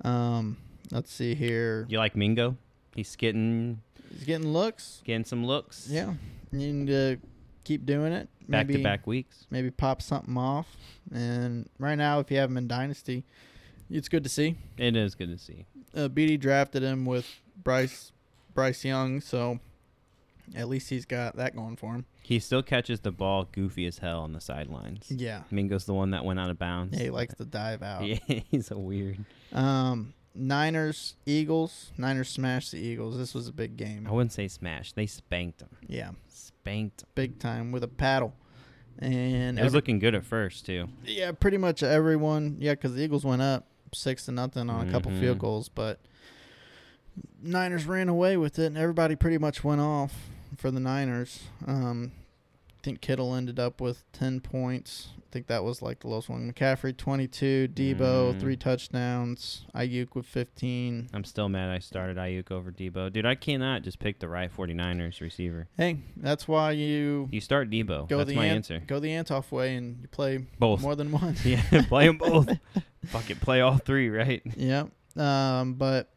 [SPEAKER 3] Um, let's see here.
[SPEAKER 2] You like Mingo? He's getting
[SPEAKER 3] He's getting looks.
[SPEAKER 2] getting some looks.
[SPEAKER 3] Yeah, you need to keep doing it.
[SPEAKER 2] Back
[SPEAKER 3] Maybe-
[SPEAKER 2] to back weeks.
[SPEAKER 3] maybe pop something off. And right now, if you have him in Dynasty, it's good to see.
[SPEAKER 2] It is good to see.
[SPEAKER 3] Uh, BD drafted him with Bryce Bryce Young, so at least he's got that going for him.
[SPEAKER 2] He still catches the ball goofy as hell on the sidelines.
[SPEAKER 3] Yeah,
[SPEAKER 2] Mingo's the one that went out of bounds.
[SPEAKER 3] yeah he likes to dive out.
[SPEAKER 2] Yeah, he's a weird.
[SPEAKER 3] Um, Niners Eagles. Niners smashed the Eagles. This was a big game.
[SPEAKER 2] I wouldn't say smash. They spanked him.
[SPEAKER 3] Yeah,
[SPEAKER 2] Spanked him.
[SPEAKER 3] big time with a paddle. And
[SPEAKER 2] It was
[SPEAKER 3] every-
[SPEAKER 2] looking good at first too.
[SPEAKER 3] Yeah, pretty much everyone. Yeah, because the Eagles went up six to nothing on a couple
[SPEAKER 2] Mhm.
[SPEAKER 3] field goals, but Niners ran away with it, and everybody pretty much went off for the Niners. Um, I think Kittle ended up with ten points. I think that was like the lowest one. McCaffrey twenty-two, Debo
[SPEAKER 2] Mm.
[SPEAKER 3] three touchdowns, Ayuk with fifteen.
[SPEAKER 2] I'm still mad I started Ayuk over Debo. Dude, I cannot just pick the right 49ers receiver.
[SPEAKER 3] Hey, that's why you
[SPEAKER 2] You start Debo.
[SPEAKER 3] go
[SPEAKER 2] That's
[SPEAKER 3] the
[SPEAKER 2] my
[SPEAKER 3] Ant-
[SPEAKER 2] answer.
[SPEAKER 3] go the Antoff way and you play
[SPEAKER 2] Both.
[SPEAKER 3] more than one.
[SPEAKER 2] yeah, play them both. Fucking play all three, right?
[SPEAKER 3] yeah. Um, but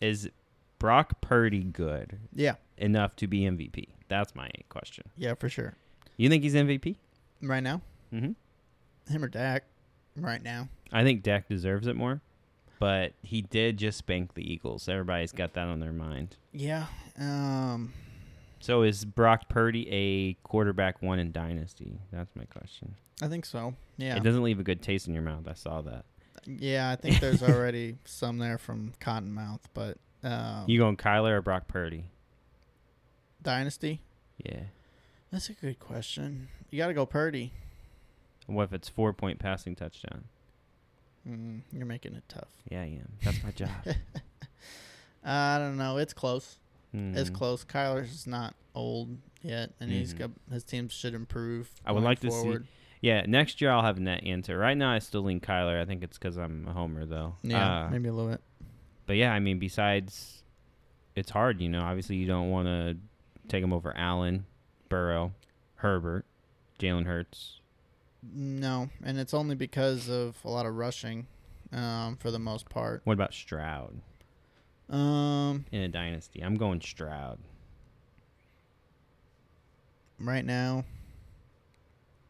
[SPEAKER 2] Is Brock Purdy good
[SPEAKER 3] yeah,
[SPEAKER 2] enough to be MVP? That's my question.
[SPEAKER 3] yeah, for sure.
[SPEAKER 2] You think he's MVP?
[SPEAKER 3] Right now.
[SPEAKER 2] Mm-hmm.
[SPEAKER 3] him or Dak right now.
[SPEAKER 2] I think Dak deserves it more, but he did just spank the Eagles. Everybody's got that on their mind.
[SPEAKER 3] Yeah. Um
[SPEAKER 2] So is Brock Purdy a quarterback one in Dynasty? That's my question.
[SPEAKER 3] I think so. Yeah.
[SPEAKER 2] It doesn't leave a good taste in your mouth. I saw that.
[SPEAKER 3] Yeah, I think there's already some there from Cottonmouth, but um
[SPEAKER 2] You going Kyler or Brock Purdy?
[SPEAKER 3] Dynasty?
[SPEAKER 2] Yeah.
[SPEAKER 3] That's a good question. You gotta go Purdy.
[SPEAKER 2] What if it's four point passing touchdown?
[SPEAKER 3] Mm, you're making it tough.
[SPEAKER 2] Yeah, I am. That's my job.
[SPEAKER 3] I don't know. It's close. It's
[SPEAKER 2] Mm.
[SPEAKER 3] close. Kyler's not old yet, and he's
[SPEAKER 2] Mhm.
[SPEAKER 3] got his team should improve.
[SPEAKER 2] I would
[SPEAKER 3] going
[SPEAKER 2] like to see-
[SPEAKER 3] forward.
[SPEAKER 2] Yeah, next year I'll have net answer. Right now I still lean Kyler. I think it's because I'm a homer though.
[SPEAKER 3] Yeah,
[SPEAKER 2] Uh,
[SPEAKER 3] maybe a little bit.
[SPEAKER 2] But yeah, I mean, besides, it's hard, you know. Obviously, you don't want to take him over Allen, Burrow, Herbert, Jalen Hurts.
[SPEAKER 3] No, and it's only because of a lot of rushing, um, for the most part.
[SPEAKER 2] What about Stroud
[SPEAKER 3] Um,
[SPEAKER 2] in a dynasty? I'm going Stroud.
[SPEAKER 3] right now,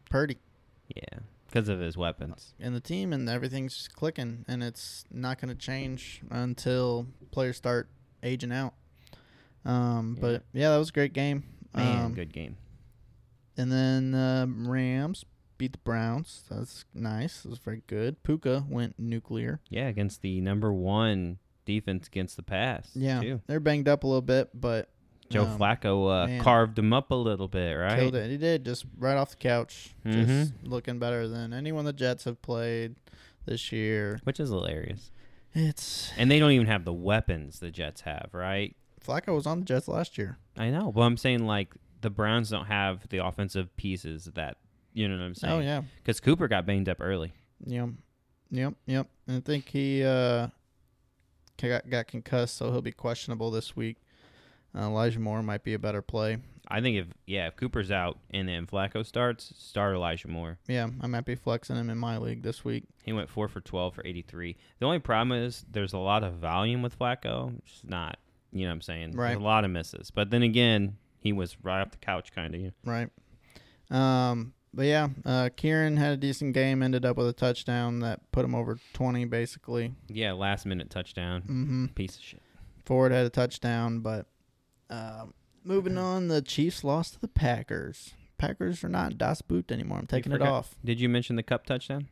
[SPEAKER 3] Purdy
[SPEAKER 2] Yeah, because of his weapons.
[SPEAKER 3] and the team and everything's just clicking, and it's not going to change until players start aging out. Um,
[SPEAKER 2] Yeah.
[SPEAKER 3] but yeah, that was a great game.
[SPEAKER 2] Man,
[SPEAKER 3] um,
[SPEAKER 2] good game.
[SPEAKER 3] And then uh, Rams beat the Browns. That's nice. That was very good. Puka went nuclear.
[SPEAKER 2] Yeah, against the number one defense against the pass.
[SPEAKER 3] Yeah,
[SPEAKER 2] too.
[SPEAKER 3] they're banged up a little bit, but
[SPEAKER 2] Joe
[SPEAKER 3] um,
[SPEAKER 2] Flacco uh,
[SPEAKER 3] man.
[SPEAKER 2] carved him up a little bit, right? Mm-hmm.
[SPEAKER 3] killed it. He did just right off the couch, just looking better than anyone the Jets have played this year.
[SPEAKER 2] Which is hilarious.
[SPEAKER 3] It's
[SPEAKER 2] And they don't even have the weapons the Jets have, right?
[SPEAKER 3] Flacco was on the Jets last year.
[SPEAKER 2] I know, but I'm saying like the Browns don't have the offensive pieces that you know what I'm saying.
[SPEAKER 3] Oh yeah,
[SPEAKER 2] because Cooper got banged up early.
[SPEAKER 3] yep, yep, yep. And I think he uh ca- got got concussed, so he'll be questionable this week. Uh, Elijah Moore might be a better play.
[SPEAKER 2] I think if yeah, if Cooper's out and then Flacco starts, start Elijah Moore.
[SPEAKER 3] Yeah, I might be flexing him in my league this week.
[SPEAKER 2] He went four for twelve for eighty three. The only problem is there's a lot of volume with Flacco. It's not you know what I'm saying. There's
[SPEAKER 3] Right.
[SPEAKER 2] a lot of misses. But then again, he was right off the couch kinda. You know.
[SPEAKER 3] Right. Um, but yeah, uh, Kieran had a decent game, ended up with a touchdown that put him over 20, basically.
[SPEAKER 2] Yeah, last minute touchdown.
[SPEAKER 3] Mm-hmm.
[SPEAKER 2] Piece of shit.
[SPEAKER 3] Ford had a touchdown, but um, moving on, the Chiefs lost to the Packers. Packers are not Das Boot anymore. I'm taking it
[SPEAKER 2] forgot-
[SPEAKER 3] off.
[SPEAKER 2] Did you mention the cup touchdown?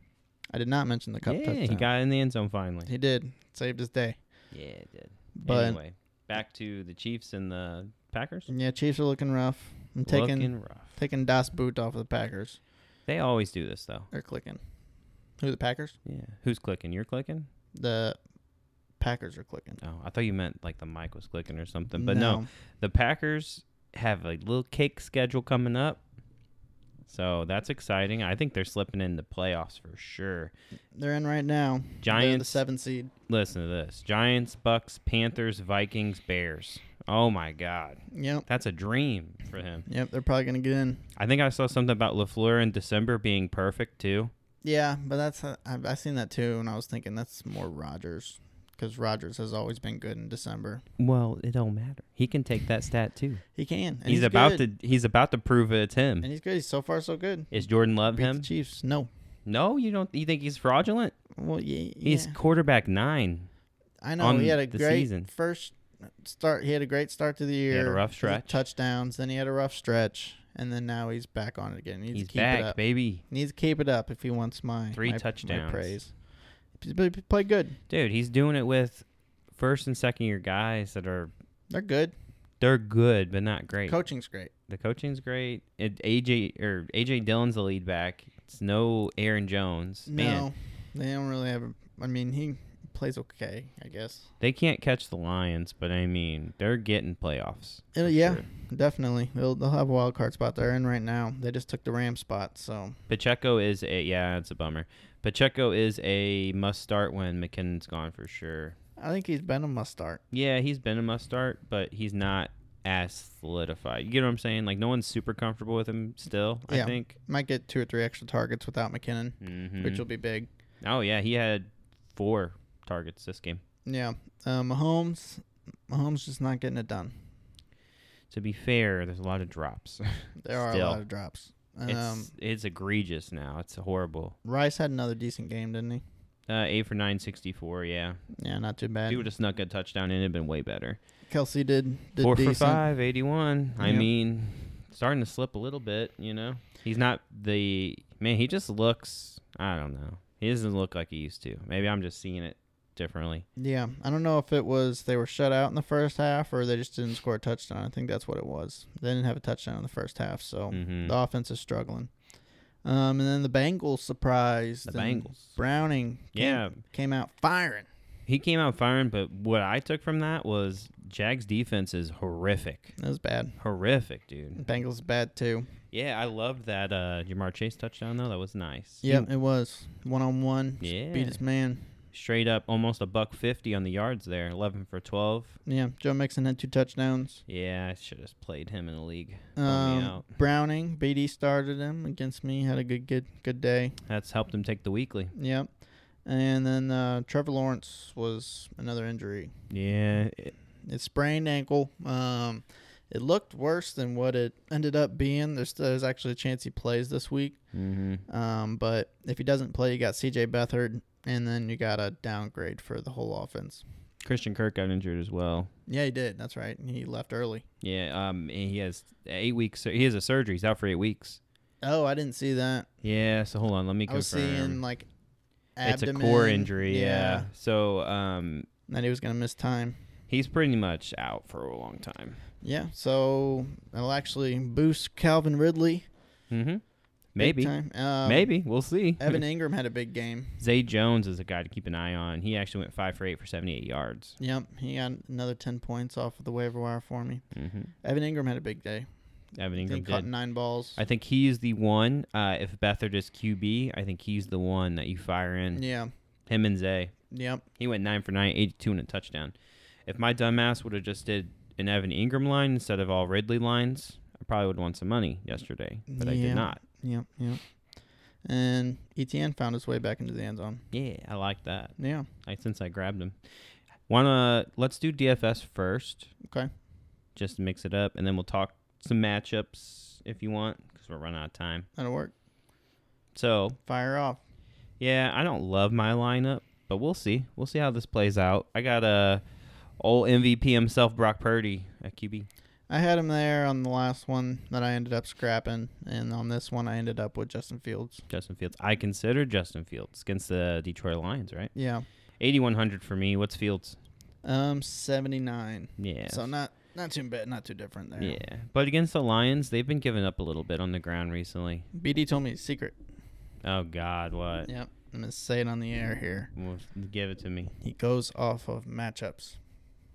[SPEAKER 3] I did not mention the cup
[SPEAKER 2] yeah,
[SPEAKER 3] touchdown.
[SPEAKER 2] he got in the end zone finally.
[SPEAKER 3] He did. Saved his day.
[SPEAKER 2] Yeah, it did.
[SPEAKER 3] But
[SPEAKER 2] anyway, back to the Chiefs and the Packers.
[SPEAKER 3] yeah, Chiefs are looking rough. I'm taking
[SPEAKER 2] Looking rough.
[SPEAKER 3] taking Das Boot off of the Packers.
[SPEAKER 2] They always do this though.
[SPEAKER 3] They're clicking. Who the Packers?
[SPEAKER 2] Yeah. Who's clicking? You're clicking?
[SPEAKER 3] The Packers are clicking.
[SPEAKER 2] Oh, I thought you meant like the mic was clicking or something. But no, the Packers have a little cake schedule coming up. So that's exciting. I think they're slipping into playoffs for sure.
[SPEAKER 3] They're in right now. They're the
[SPEAKER 2] Giants.
[SPEAKER 3] seven seed.
[SPEAKER 2] Listen to this. Giants, Bucks, Panthers, Vikings, Bears. Oh my god.
[SPEAKER 3] Yep.
[SPEAKER 2] That's a dream for him.
[SPEAKER 3] Yep. They're probably gonna get in.
[SPEAKER 2] I think I saw something about LaFleur in December being perfect too.
[SPEAKER 3] Yeah, but that's uh, I've, i seen that too, and I was thinking that's more Rogers because Rogers has always been good in December.
[SPEAKER 2] Well, it don't matter. He can take that stat too.
[SPEAKER 3] He can. And
[SPEAKER 2] he's, about
[SPEAKER 3] good.
[SPEAKER 2] to he's about to prove it's him.
[SPEAKER 3] And he's good. He's so far so good.
[SPEAKER 2] Is Jordan Love
[SPEAKER 3] Beat the
[SPEAKER 2] him?
[SPEAKER 3] Chiefs. No.
[SPEAKER 2] No, you don't. You think he's fraudulent?
[SPEAKER 3] Well, yeah.
[SPEAKER 2] He's
[SPEAKER 3] yeah.
[SPEAKER 2] quarterback nine.
[SPEAKER 3] I know
[SPEAKER 2] on
[SPEAKER 3] he had a
[SPEAKER 2] the
[SPEAKER 3] great
[SPEAKER 2] season.
[SPEAKER 3] first start. He had a great start to the year.
[SPEAKER 2] had a rough
[SPEAKER 3] He had
[SPEAKER 2] stretch.
[SPEAKER 3] Touchdowns. Then he had a rough stretch, and then now he's back on it again. He needs
[SPEAKER 2] He's
[SPEAKER 3] to keep it
[SPEAKER 2] back,
[SPEAKER 3] up.
[SPEAKER 2] baby.
[SPEAKER 3] Needs to keep it up if he wants my
[SPEAKER 2] Three
[SPEAKER 3] my- my
[SPEAKER 2] touchdowns.
[SPEAKER 3] praise. But he played good.
[SPEAKER 2] Dude, he's doing it with first and second year guys that are
[SPEAKER 3] They're good.
[SPEAKER 2] they're good but not great.
[SPEAKER 3] Coaching's great.
[SPEAKER 2] The coaching's great. It, AJ or AJ Dillon's the lead back. It's no Aaron Jones. Man,
[SPEAKER 3] No, they don't really have. A, I mean, he plays okay, I guess.
[SPEAKER 2] they can't catch the Lions, but I mean they're getting playoffs.
[SPEAKER 3] Uh,
[SPEAKER 2] for
[SPEAKER 3] yeah,
[SPEAKER 2] sure.
[SPEAKER 3] definitely. They'll they'll have a wild card spot they're in right now. They just took the Ram spot, so
[SPEAKER 2] Pacheco is a yeah, it's a bummer. Pacheco is a must start when McKinnon's gone for sure.
[SPEAKER 3] I think he's been a must start.
[SPEAKER 2] Yeah, he's been a must start, but he's not as solidified. You get what I'm saying? Like no one's super comfortable with him still.
[SPEAKER 3] Yeah.
[SPEAKER 2] I think.
[SPEAKER 3] Might get two or three extra targets without McKinnon,
[SPEAKER 2] hmm
[SPEAKER 3] which will be big.
[SPEAKER 2] oh yeah, he had four targets this game.
[SPEAKER 3] Yeah, uh, Mahomes, Mahomes just not getting it done.
[SPEAKER 2] To be fair, there's a lot of drops.
[SPEAKER 3] There are a
[SPEAKER 2] Still.
[SPEAKER 3] lot of drops. Um,
[SPEAKER 2] it's it's egregious now. It's horrible.
[SPEAKER 3] Rice had another decent game, didn't he?
[SPEAKER 2] Uh, eight for nine sixty four. Yeah,
[SPEAKER 3] Yeah, not too
[SPEAKER 2] if
[SPEAKER 3] bad.
[SPEAKER 2] he would have snuck a touchdown in, it'd been way better.
[SPEAKER 3] Kelsey did, did
[SPEAKER 2] Four
[SPEAKER 3] decent.
[SPEAKER 2] for five, 81. I
[SPEAKER 3] Yep.
[SPEAKER 2] mean, starting to slip a little bit, you know? He's not the. Man, he just looks. I don't know. He doesn't look like he used to. Maybe I'm just seeing it differently.
[SPEAKER 3] Yeah, I don't know if it was they were shut out in the first half or they just didn't score a touchdown. I think that's what it was. They didn't have a touchdown in Oh, the first half, so
[SPEAKER 2] Mhm.
[SPEAKER 3] the offense is struggling. Um, and then the Bengals surprised.
[SPEAKER 2] The
[SPEAKER 3] and
[SPEAKER 2] Bengals.
[SPEAKER 3] Browning. came-
[SPEAKER 2] Yeah.
[SPEAKER 3] Came out firing.
[SPEAKER 2] He came out firing, but what I took from that was Jags defense is horrific.
[SPEAKER 3] That was bad.
[SPEAKER 2] Horrific, dude.
[SPEAKER 3] Bengals bad too.
[SPEAKER 2] Yeah, I loved that uh Jamar Chase touchdown though. That was nice.
[SPEAKER 3] Yep, it was one on one.
[SPEAKER 2] Mm. Yeah.
[SPEAKER 3] Beat his man.
[SPEAKER 2] Straight up almost a buck 50 on the yards there. 11 for 12.
[SPEAKER 3] Yeah, Joe Mixon had two touchdowns.
[SPEAKER 2] Yeah, I should have played him in the league. Bummed me
[SPEAKER 3] Um,
[SPEAKER 2] out.
[SPEAKER 3] Browning, BD started him against me. Had a good good good day.
[SPEAKER 2] That's helped him take the weekly.
[SPEAKER 3] Yep. And then uh, Trevor Lawrence was another injury.
[SPEAKER 2] Yeah.
[SPEAKER 3] It's sprained ankle. Um, it looked worse than what it ended up being. There's there's actually a chance he plays this week.
[SPEAKER 2] hmm
[SPEAKER 3] Um, but if he doesn't play, you got C.J. Beathard, and then you got a downgrade for the whole offense.
[SPEAKER 2] Christian Kirk got injured as well.
[SPEAKER 3] Yeah, he did. That's right. He left early.
[SPEAKER 2] Yeah, um and he has 8 weeks he has a surgery. He's out for 8 weeks.
[SPEAKER 3] Oh, I didn't see that.
[SPEAKER 2] Yeah, so hold on, let me
[SPEAKER 3] I was
[SPEAKER 2] confirm.
[SPEAKER 3] seeing like
[SPEAKER 2] it's
[SPEAKER 3] abdomen.
[SPEAKER 2] a core injury, yeah. So, um
[SPEAKER 3] that he was gonna miss time.
[SPEAKER 2] he's pretty much out for a long time.
[SPEAKER 3] Yeah, so it'll actually boost Calvin Ridley.
[SPEAKER 2] Mhm.
[SPEAKER 3] big
[SPEAKER 2] Maybe.
[SPEAKER 3] time. Um,
[SPEAKER 2] Maybe. We'll see.
[SPEAKER 3] Evan Ingram had a big game.
[SPEAKER 2] Zay Jones is a guy to keep an eye on. He actually went 5 for 8 for 78 yards.
[SPEAKER 3] Yep, he got another ten points off of the waiver wire for me.
[SPEAKER 2] hmm
[SPEAKER 3] Evan Ingram had a big day.
[SPEAKER 2] Evan
[SPEAKER 3] I think
[SPEAKER 2] Ingram
[SPEAKER 3] he caught
[SPEAKER 2] did.
[SPEAKER 3] nine balls.
[SPEAKER 2] I think he's the one. Uh, if Bethard is QB, I think he's the one that you fire in.
[SPEAKER 3] yeah,
[SPEAKER 2] Him and Zay.
[SPEAKER 3] yep.
[SPEAKER 2] He went nine for nine, 82 and a touchdown. If my dumbass would have just did an Evan Ingram line instead of all Ridley lines, I probably would have won some money yesterday, but I
[SPEAKER 3] Yeah.
[SPEAKER 2] did not.
[SPEAKER 3] Yep, yep. And ETN found his way back into the end zone.
[SPEAKER 2] Yeah, I like that.
[SPEAKER 3] Yeah.
[SPEAKER 2] I since I grabbed him. Wanna let's do DFS first,
[SPEAKER 3] Okay.
[SPEAKER 2] just to mix it up, and then we'll talk some matchups if you want, because we're running out of time.
[SPEAKER 3] That'll work.
[SPEAKER 2] So
[SPEAKER 3] Fire off.
[SPEAKER 2] Yeah, I don't love my lineup, but we'll see. We'll see how this plays out. I got uh, old MVP himself, Brock Purdy at QB.
[SPEAKER 3] I had him there on the last one that I ended up scrapping, and on this one I ended up with Justin Fields.
[SPEAKER 2] Justin Fields. I consider Justin Fields against the Detroit Lions, right?
[SPEAKER 3] Yeah.
[SPEAKER 2] 8,100 for me. What's Fields?
[SPEAKER 3] Um, seventy nine.
[SPEAKER 2] Yeah.
[SPEAKER 3] So not not too bad, not too different there.
[SPEAKER 2] yeah. But against the Lions, they've been giving up a little bit on the ground recently.
[SPEAKER 3] BD told me his secret.
[SPEAKER 2] Oh, God, what?
[SPEAKER 3] Yep. I'm gonna say it on the air here.
[SPEAKER 2] Well, Give it to me.
[SPEAKER 3] He goes off of matchups.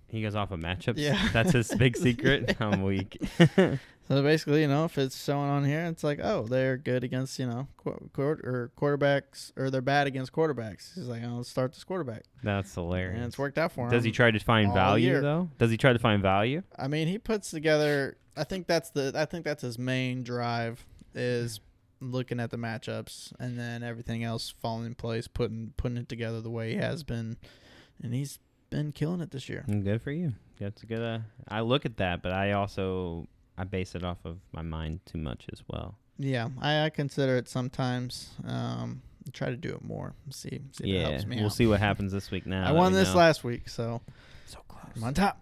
[SPEAKER 2] He goes off of matchups.
[SPEAKER 3] Yeah.
[SPEAKER 2] That's his big secret. I'm weak.
[SPEAKER 3] So basically, you know, if it's showing on here, it's like, oh, they're good against you know, qu- quar- or quarterbacks, or they're bad against quarterbacks. He's like, I'll start this quarterback,
[SPEAKER 2] That's hilarious.
[SPEAKER 3] and it's worked out for him.
[SPEAKER 2] Does he try to find
[SPEAKER 3] all
[SPEAKER 2] value,
[SPEAKER 3] year.
[SPEAKER 2] though? Does he try to find value?
[SPEAKER 3] I mean, he puts together. I think that's the. I think that's his main drive is looking at the matchups and then everything else falling in place, putting putting it together the way he has been, and he's been killing it this year.
[SPEAKER 2] Mm, Good for you. That's good. Uh, I look at that, but I also I base it off of my mind too much as well.
[SPEAKER 3] Yeah, I, I consider it sometimes. Um, try to do it more. See, see if it
[SPEAKER 2] yeah,
[SPEAKER 3] helps me
[SPEAKER 2] we'll
[SPEAKER 3] out.
[SPEAKER 2] see what happens this week. Now
[SPEAKER 3] I
[SPEAKER 2] that
[SPEAKER 3] won
[SPEAKER 2] we
[SPEAKER 3] this
[SPEAKER 2] know.
[SPEAKER 3] last week, so
[SPEAKER 2] so
[SPEAKER 3] I'm
[SPEAKER 2] close.
[SPEAKER 3] on top.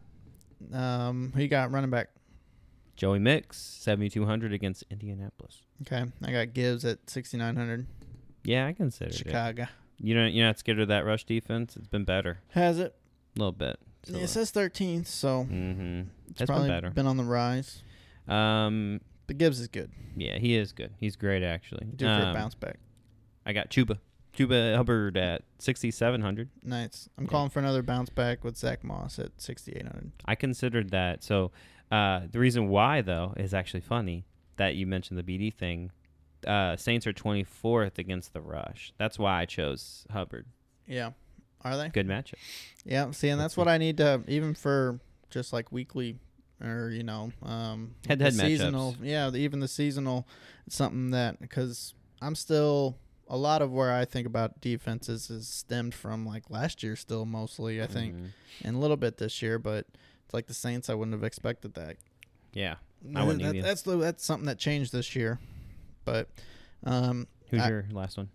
[SPEAKER 3] Um, who you got running back?
[SPEAKER 2] Joey Mix seventy two hundred against Indianapolis.
[SPEAKER 3] Okay, I got Gibbs at 6,900.
[SPEAKER 2] Yeah, I consider it.
[SPEAKER 3] Chicago
[SPEAKER 2] You don't you're not scared of that rush defense. It's been better
[SPEAKER 3] has it.
[SPEAKER 2] a little bit.
[SPEAKER 3] It says 13th, so
[SPEAKER 2] mm-hmm.
[SPEAKER 3] it's
[SPEAKER 2] That's
[SPEAKER 3] probably
[SPEAKER 2] been better.
[SPEAKER 3] on the rise.
[SPEAKER 2] um,
[SPEAKER 3] But Gibbs is good.
[SPEAKER 2] yeah, he is good. He's great actually.
[SPEAKER 3] Due for a
[SPEAKER 2] Um,
[SPEAKER 3] bounce back.
[SPEAKER 2] I got Chuba. Chuba Hubbard at sixty seven hundred.
[SPEAKER 3] Nice. I'm
[SPEAKER 2] yeah.
[SPEAKER 3] calling for another bounce back with Zach Moss at 6,800.
[SPEAKER 2] I considered that. So uh, the reason why though is actually funny that you mentioned the BD thing. Uh, Saints are 24th against the rush. That's why I chose Hubbard.
[SPEAKER 3] Yeah. Are they?
[SPEAKER 2] Good matchup.
[SPEAKER 3] Yeah. See, and that's what I need to, even for just like weekly or, you know, um,
[SPEAKER 2] Head-to-head
[SPEAKER 3] the
[SPEAKER 2] matchups.
[SPEAKER 3] seasonal. Yeah. The, even the seasonal, it's something that, because I'm still, a lot of where I think about defenses is stemmed from like last year, still mostly, I think,
[SPEAKER 2] Mhm.
[SPEAKER 3] and a little bit this year, but it's like the Saints, I wouldn't have expected that.
[SPEAKER 2] Yeah.
[SPEAKER 3] I
[SPEAKER 2] wouldn't
[SPEAKER 3] that,
[SPEAKER 2] either.
[SPEAKER 3] that's the, that's something that changed this year, but um,
[SPEAKER 2] Who's
[SPEAKER 3] I-
[SPEAKER 2] your last one?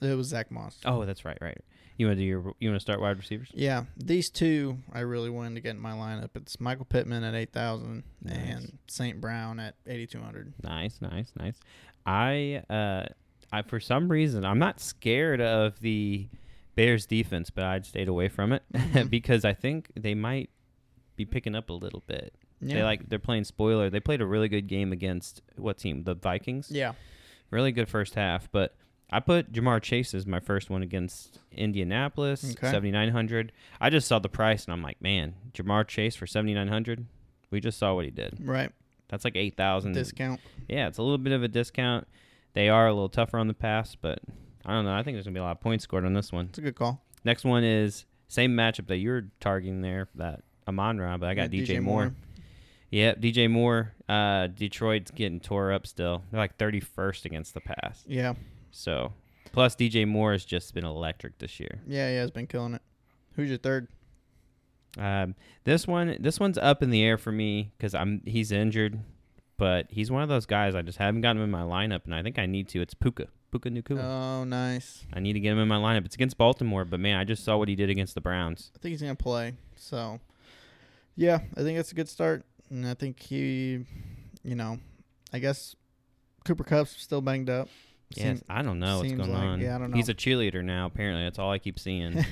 [SPEAKER 3] it was Zach Moss.
[SPEAKER 2] Oh, that's right. Right. You want to do your? You want to start wide receivers?
[SPEAKER 3] Yeah, these two I really wanted to get in my lineup. It's Michael Pittman at eight thousand
[SPEAKER 2] Nice.
[SPEAKER 3] and Saint Brown at eighty two hundred.
[SPEAKER 2] Nice, nice, nice. I, uh, I for some reason I'm not scared of the Bears defense, but I'd stayed away from it
[SPEAKER 3] Mhm.
[SPEAKER 2] because I think they might be picking up a little bit.
[SPEAKER 3] Yeah.
[SPEAKER 2] They like they're playing spoiler. They played a really good game against what team? The Vikings.
[SPEAKER 3] yeah,
[SPEAKER 2] Really good first half, but I put Jamar Chase as my first one against Indianapolis,
[SPEAKER 3] Okay.
[SPEAKER 2] 7900. I just saw the price and I'm like, man, Jamar Chase for 7900. We just saw what he did.
[SPEAKER 3] Right.
[SPEAKER 2] That's like 8000
[SPEAKER 3] Discount.
[SPEAKER 2] yeah, it's a little bit of a discount. They are a little tougher on the pass, but I don't know. I think there's gonna be a lot of points scored on this one.
[SPEAKER 3] It's a good call.
[SPEAKER 2] Next one is same matchup that you're targeting there, that Amon Ra, but I got
[SPEAKER 3] Yeah,
[SPEAKER 2] DJ, Moore. Yep, DJ Moore. Uh, Detroit's getting tore up still. They're like 31st against the pass.
[SPEAKER 3] Yeah.
[SPEAKER 2] So, plus DJ Moore has just been electric this year.
[SPEAKER 3] Yeah, yeah, has been killing it. Who's your third?
[SPEAKER 2] Um, this one, this one's up in the air for me because I'm he's injured, but he's one of those guys I just haven't got him in my lineup, and I think I need to. It's Puka, Puka Nukua.
[SPEAKER 3] Oh, nice.
[SPEAKER 2] I need to get him in my lineup. It's against Baltimore, but man, I just saw what he did against the Browns.
[SPEAKER 3] I think he's gonna play. So, yeah, I think that's a good start, and I think he, you know, I guess Cooper Cup's still banged up.
[SPEAKER 2] Yes,
[SPEAKER 3] Seem-
[SPEAKER 2] I don't know what's
[SPEAKER 3] seems
[SPEAKER 2] going
[SPEAKER 3] like-
[SPEAKER 2] on.
[SPEAKER 3] yeah, I don't
[SPEAKER 2] He's
[SPEAKER 3] know.
[SPEAKER 2] a cheerleader now. Apparently, that's all I keep seeing.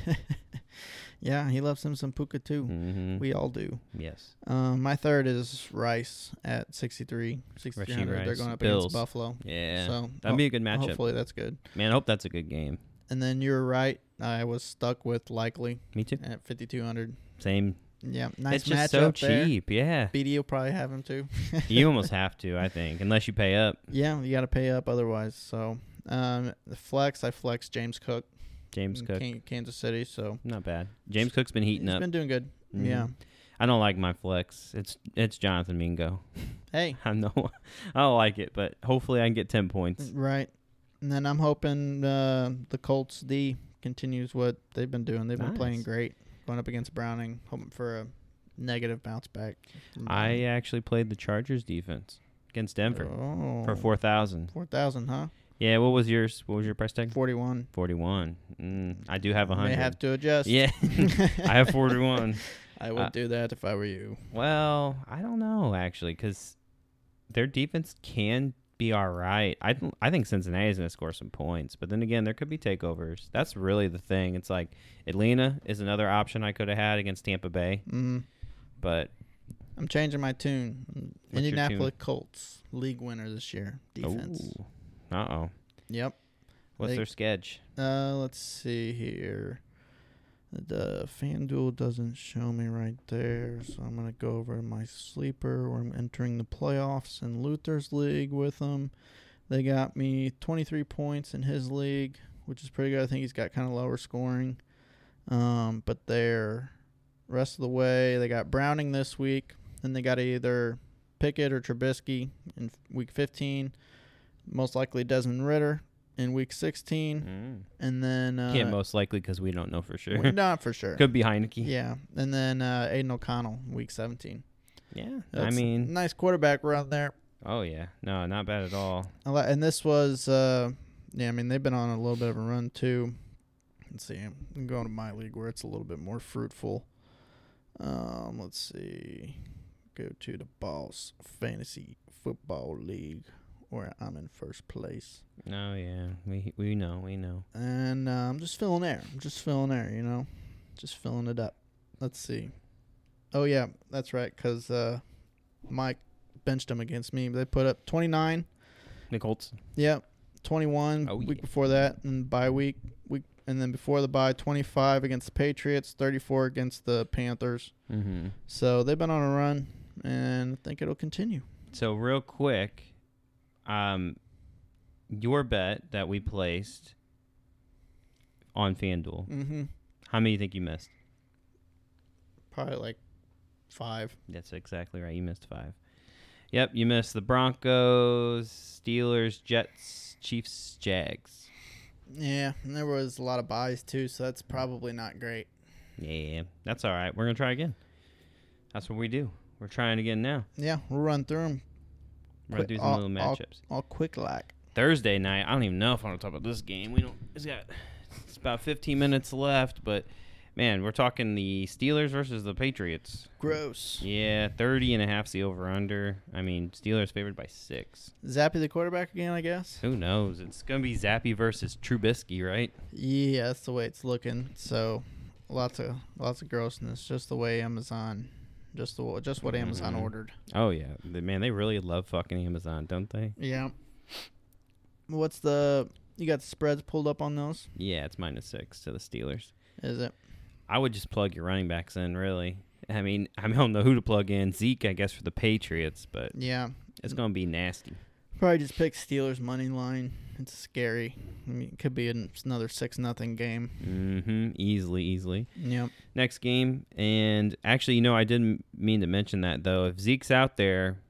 [SPEAKER 3] yeah, he loves him some Puka too.
[SPEAKER 2] hmm
[SPEAKER 3] We all do.
[SPEAKER 2] yes,
[SPEAKER 3] Um, my third is Rice at 63, 6300. They're
[SPEAKER 2] Rice,
[SPEAKER 3] going up
[SPEAKER 2] Bills.
[SPEAKER 3] against Buffalo.
[SPEAKER 2] yeah,
[SPEAKER 3] So
[SPEAKER 2] that'd be a good
[SPEAKER 3] ho-
[SPEAKER 2] matchup.
[SPEAKER 3] Hopefully that's good.
[SPEAKER 2] Man, I hope that's a good game.
[SPEAKER 3] And then you're right. I was stuck with likely
[SPEAKER 2] Me too.
[SPEAKER 3] at 5200.
[SPEAKER 2] Same.
[SPEAKER 3] Yeah, nice
[SPEAKER 2] it's just
[SPEAKER 3] matchup
[SPEAKER 2] so
[SPEAKER 3] there.
[SPEAKER 2] cheap. Yeah,
[SPEAKER 3] BD will probably have him too.
[SPEAKER 2] you almost have to, I think, unless you pay up.
[SPEAKER 3] Yeah, you got to pay up otherwise. So, um, the flex, I flex James Cook,
[SPEAKER 2] James
[SPEAKER 3] in
[SPEAKER 2] Cook,
[SPEAKER 3] Kan- Kansas City. So
[SPEAKER 2] not bad. James Cook's been
[SPEAKER 3] he's
[SPEAKER 2] heating up.
[SPEAKER 3] been doing good.
[SPEAKER 2] Mhm.
[SPEAKER 3] Yeah.
[SPEAKER 2] I don't like my flex. It's it's Jonathan Mingo.
[SPEAKER 3] Hey,
[SPEAKER 2] I know. I don't like it, but hopefully I can get ten points.
[SPEAKER 3] right. And then I'm hoping uh, the Colts D continues what they've been doing. They've been playing
[SPEAKER 2] Nice.
[SPEAKER 3] great. Going up against Browning, hoping for a negative bounce back. from
[SPEAKER 2] I
[SPEAKER 3] Browning.
[SPEAKER 2] actually played the Chargers defense against Denver
[SPEAKER 3] oh,
[SPEAKER 2] for four thousand.
[SPEAKER 3] four thousand, huh?
[SPEAKER 2] Yeah, what was yours? What was your price tag?
[SPEAKER 3] Forty one.
[SPEAKER 2] Forty-one. Mm, I do have a
[SPEAKER 3] May
[SPEAKER 2] hundred.
[SPEAKER 3] have to adjust.
[SPEAKER 2] yeah, I have forty-one.
[SPEAKER 3] I would
[SPEAKER 2] Uh,
[SPEAKER 3] do that if I were you.
[SPEAKER 2] Well, I don't know actually, because their defense can be all right. I th- I think Cincinnati's gonna score some points, but then again, there could be takeovers. That's really the thing. It's like Atlanta is another option I could have had against Tampa Bay,
[SPEAKER 3] Mm.
[SPEAKER 2] but
[SPEAKER 3] I'm changing my tune.
[SPEAKER 2] your tune? Oh.
[SPEAKER 3] Indianapolis Colts league winner this year defense.
[SPEAKER 2] Uh oh,
[SPEAKER 3] Yep.
[SPEAKER 2] what's
[SPEAKER 3] They-
[SPEAKER 2] their sketch?
[SPEAKER 3] Uh, let's see here. The FanDuel doesn't show me right there, so I'm gonna go over to my sleeper where I'm entering the playoffs in Luther's league with them. They got me 23 points in his league, which is pretty good. I think he's got kind of lower scoring, um, but they're rest of the way. They got Browning this week, and they got either Pickett or Trubisky in week 15. Most likely Desmond Ritter in week 16.
[SPEAKER 2] Mm.
[SPEAKER 3] And then uh,
[SPEAKER 2] yeah, most likely because we don't know for sure.
[SPEAKER 3] well, not for sure.
[SPEAKER 2] could be Heineke.
[SPEAKER 3] Yeah, and then uh, Aiden O'Connell, week seventeen.
[SPEAKER 2] Yeah, I
[SPEAKER 3] That's mm.
[SPEAKER 2] mean,
[SPEAKER 3] nice quarterback run there.
[SPEAKER 2] oh yeah, no, not bad at all.
[SPEAKER 3] I li- And this was, uh, yeah, I mean they've been on a little bit of a run too. Let's see, I'm going to my league where it's a little bit more fruitful. Um, let's see, go to the Boss Fantasy Football League where I'm in first place.
[SPEAKER 2] No, yeah, we we know, we know.
[SPEAKER 3] and uh, I'm just filling air. I'm just filling air, you know, just filling it up. Let's see. Oh yeah, that's right, because uh, Mike benched him against me. They put up 29.
[SPEAKER 2] The Colts.
[SPEAKER 3] Yep, 21
[SPEAKER 2] Oh,
[SPEAKER 3] week
[SPEAKER 2] yeah.
[SPEAKER 3] before that, and bye week week, and then before the bye, 25 against the Patriots, 34 against the Panthers.
[SPEAKER 2] Mm-hmm.
[SPEAKER 3] So they've been on a run, and I think it'll continue.
[SPEAKER 2] So real quick, um, your bet that we placed on FanDuel.
[SPEAKER 3] Mm-hmm.
[SPEAKER 2] How many do you think you missed?
[SPEAKER 3] Probably like five.
[SPEAKER 2] That's exactly right. You missed five. Yep, you missed the Broncos, Steelers, Jets, Chiefs, Jags.
[SPEAKER 3] Yeah, and there was a lot of buys too, so that's probably not great.
[SPEAKER 2] Yeah, that's all right. We're gonna try again. That's what we do. We're trying again now.
[SPEAKER 3] Yeah, we'll run through them.
[SPEAKER 2] We're gonna do some little matchups.
[SPEAKER 3] All, quick like.
[SPEAKER 2] Thursday night. I don't even know if I want to talk about this game. We don't. It's got. It's about 15 minutes left, but man, we're talking the Steelers versus the Patriots.
[SPEAKER 3] Gross.
[SPEAKER 2] Yeah, 30 and a half's the over under. I mean, Steelers favored by six.
[SPEAKER 3] Zappy the quarterback again, I guess.
[SPEAKER 2] Who knows? It's gonna be Zappy versus Trubisky, right?
[SPEAKER 3] Yeah, that's the way it's looking. So, lots of lots of grossness. Just the way Amazon, just the just what Amazon
[SPEAKER 2] Mhm.
[SPEAKER 3] ordered.
[SPEAKER 2] Oh yeah, The- man, they really love fucking Amazon, don't they?
[SPEAKER 3] Yeah. What's the you got the spreads pulled up on those?
[SPEAKER 2] Yeah, it's minus six to the Steelers.
[SPEAKER 3] Is it?
[SPEAKER 2] I would just plug your running backs in, really. I mean, I don't know who to plug in. Zeke, I guess, for the Patriots, but
[SPEAKER 3] Yeah.
[SPEAKER 2] it's going to be nasty.
[SPEAKER 3] Probably just pick Steelers money line. It's scary. I mean, it could be an, another six nothing game.
[SPEAKER 2] hmm Easily, easily.
[SPEAKER 3] Yep.
[SPEAKER 2] Next game, and actually, you know, I didn't mean to mention that though. If Zeke's out there,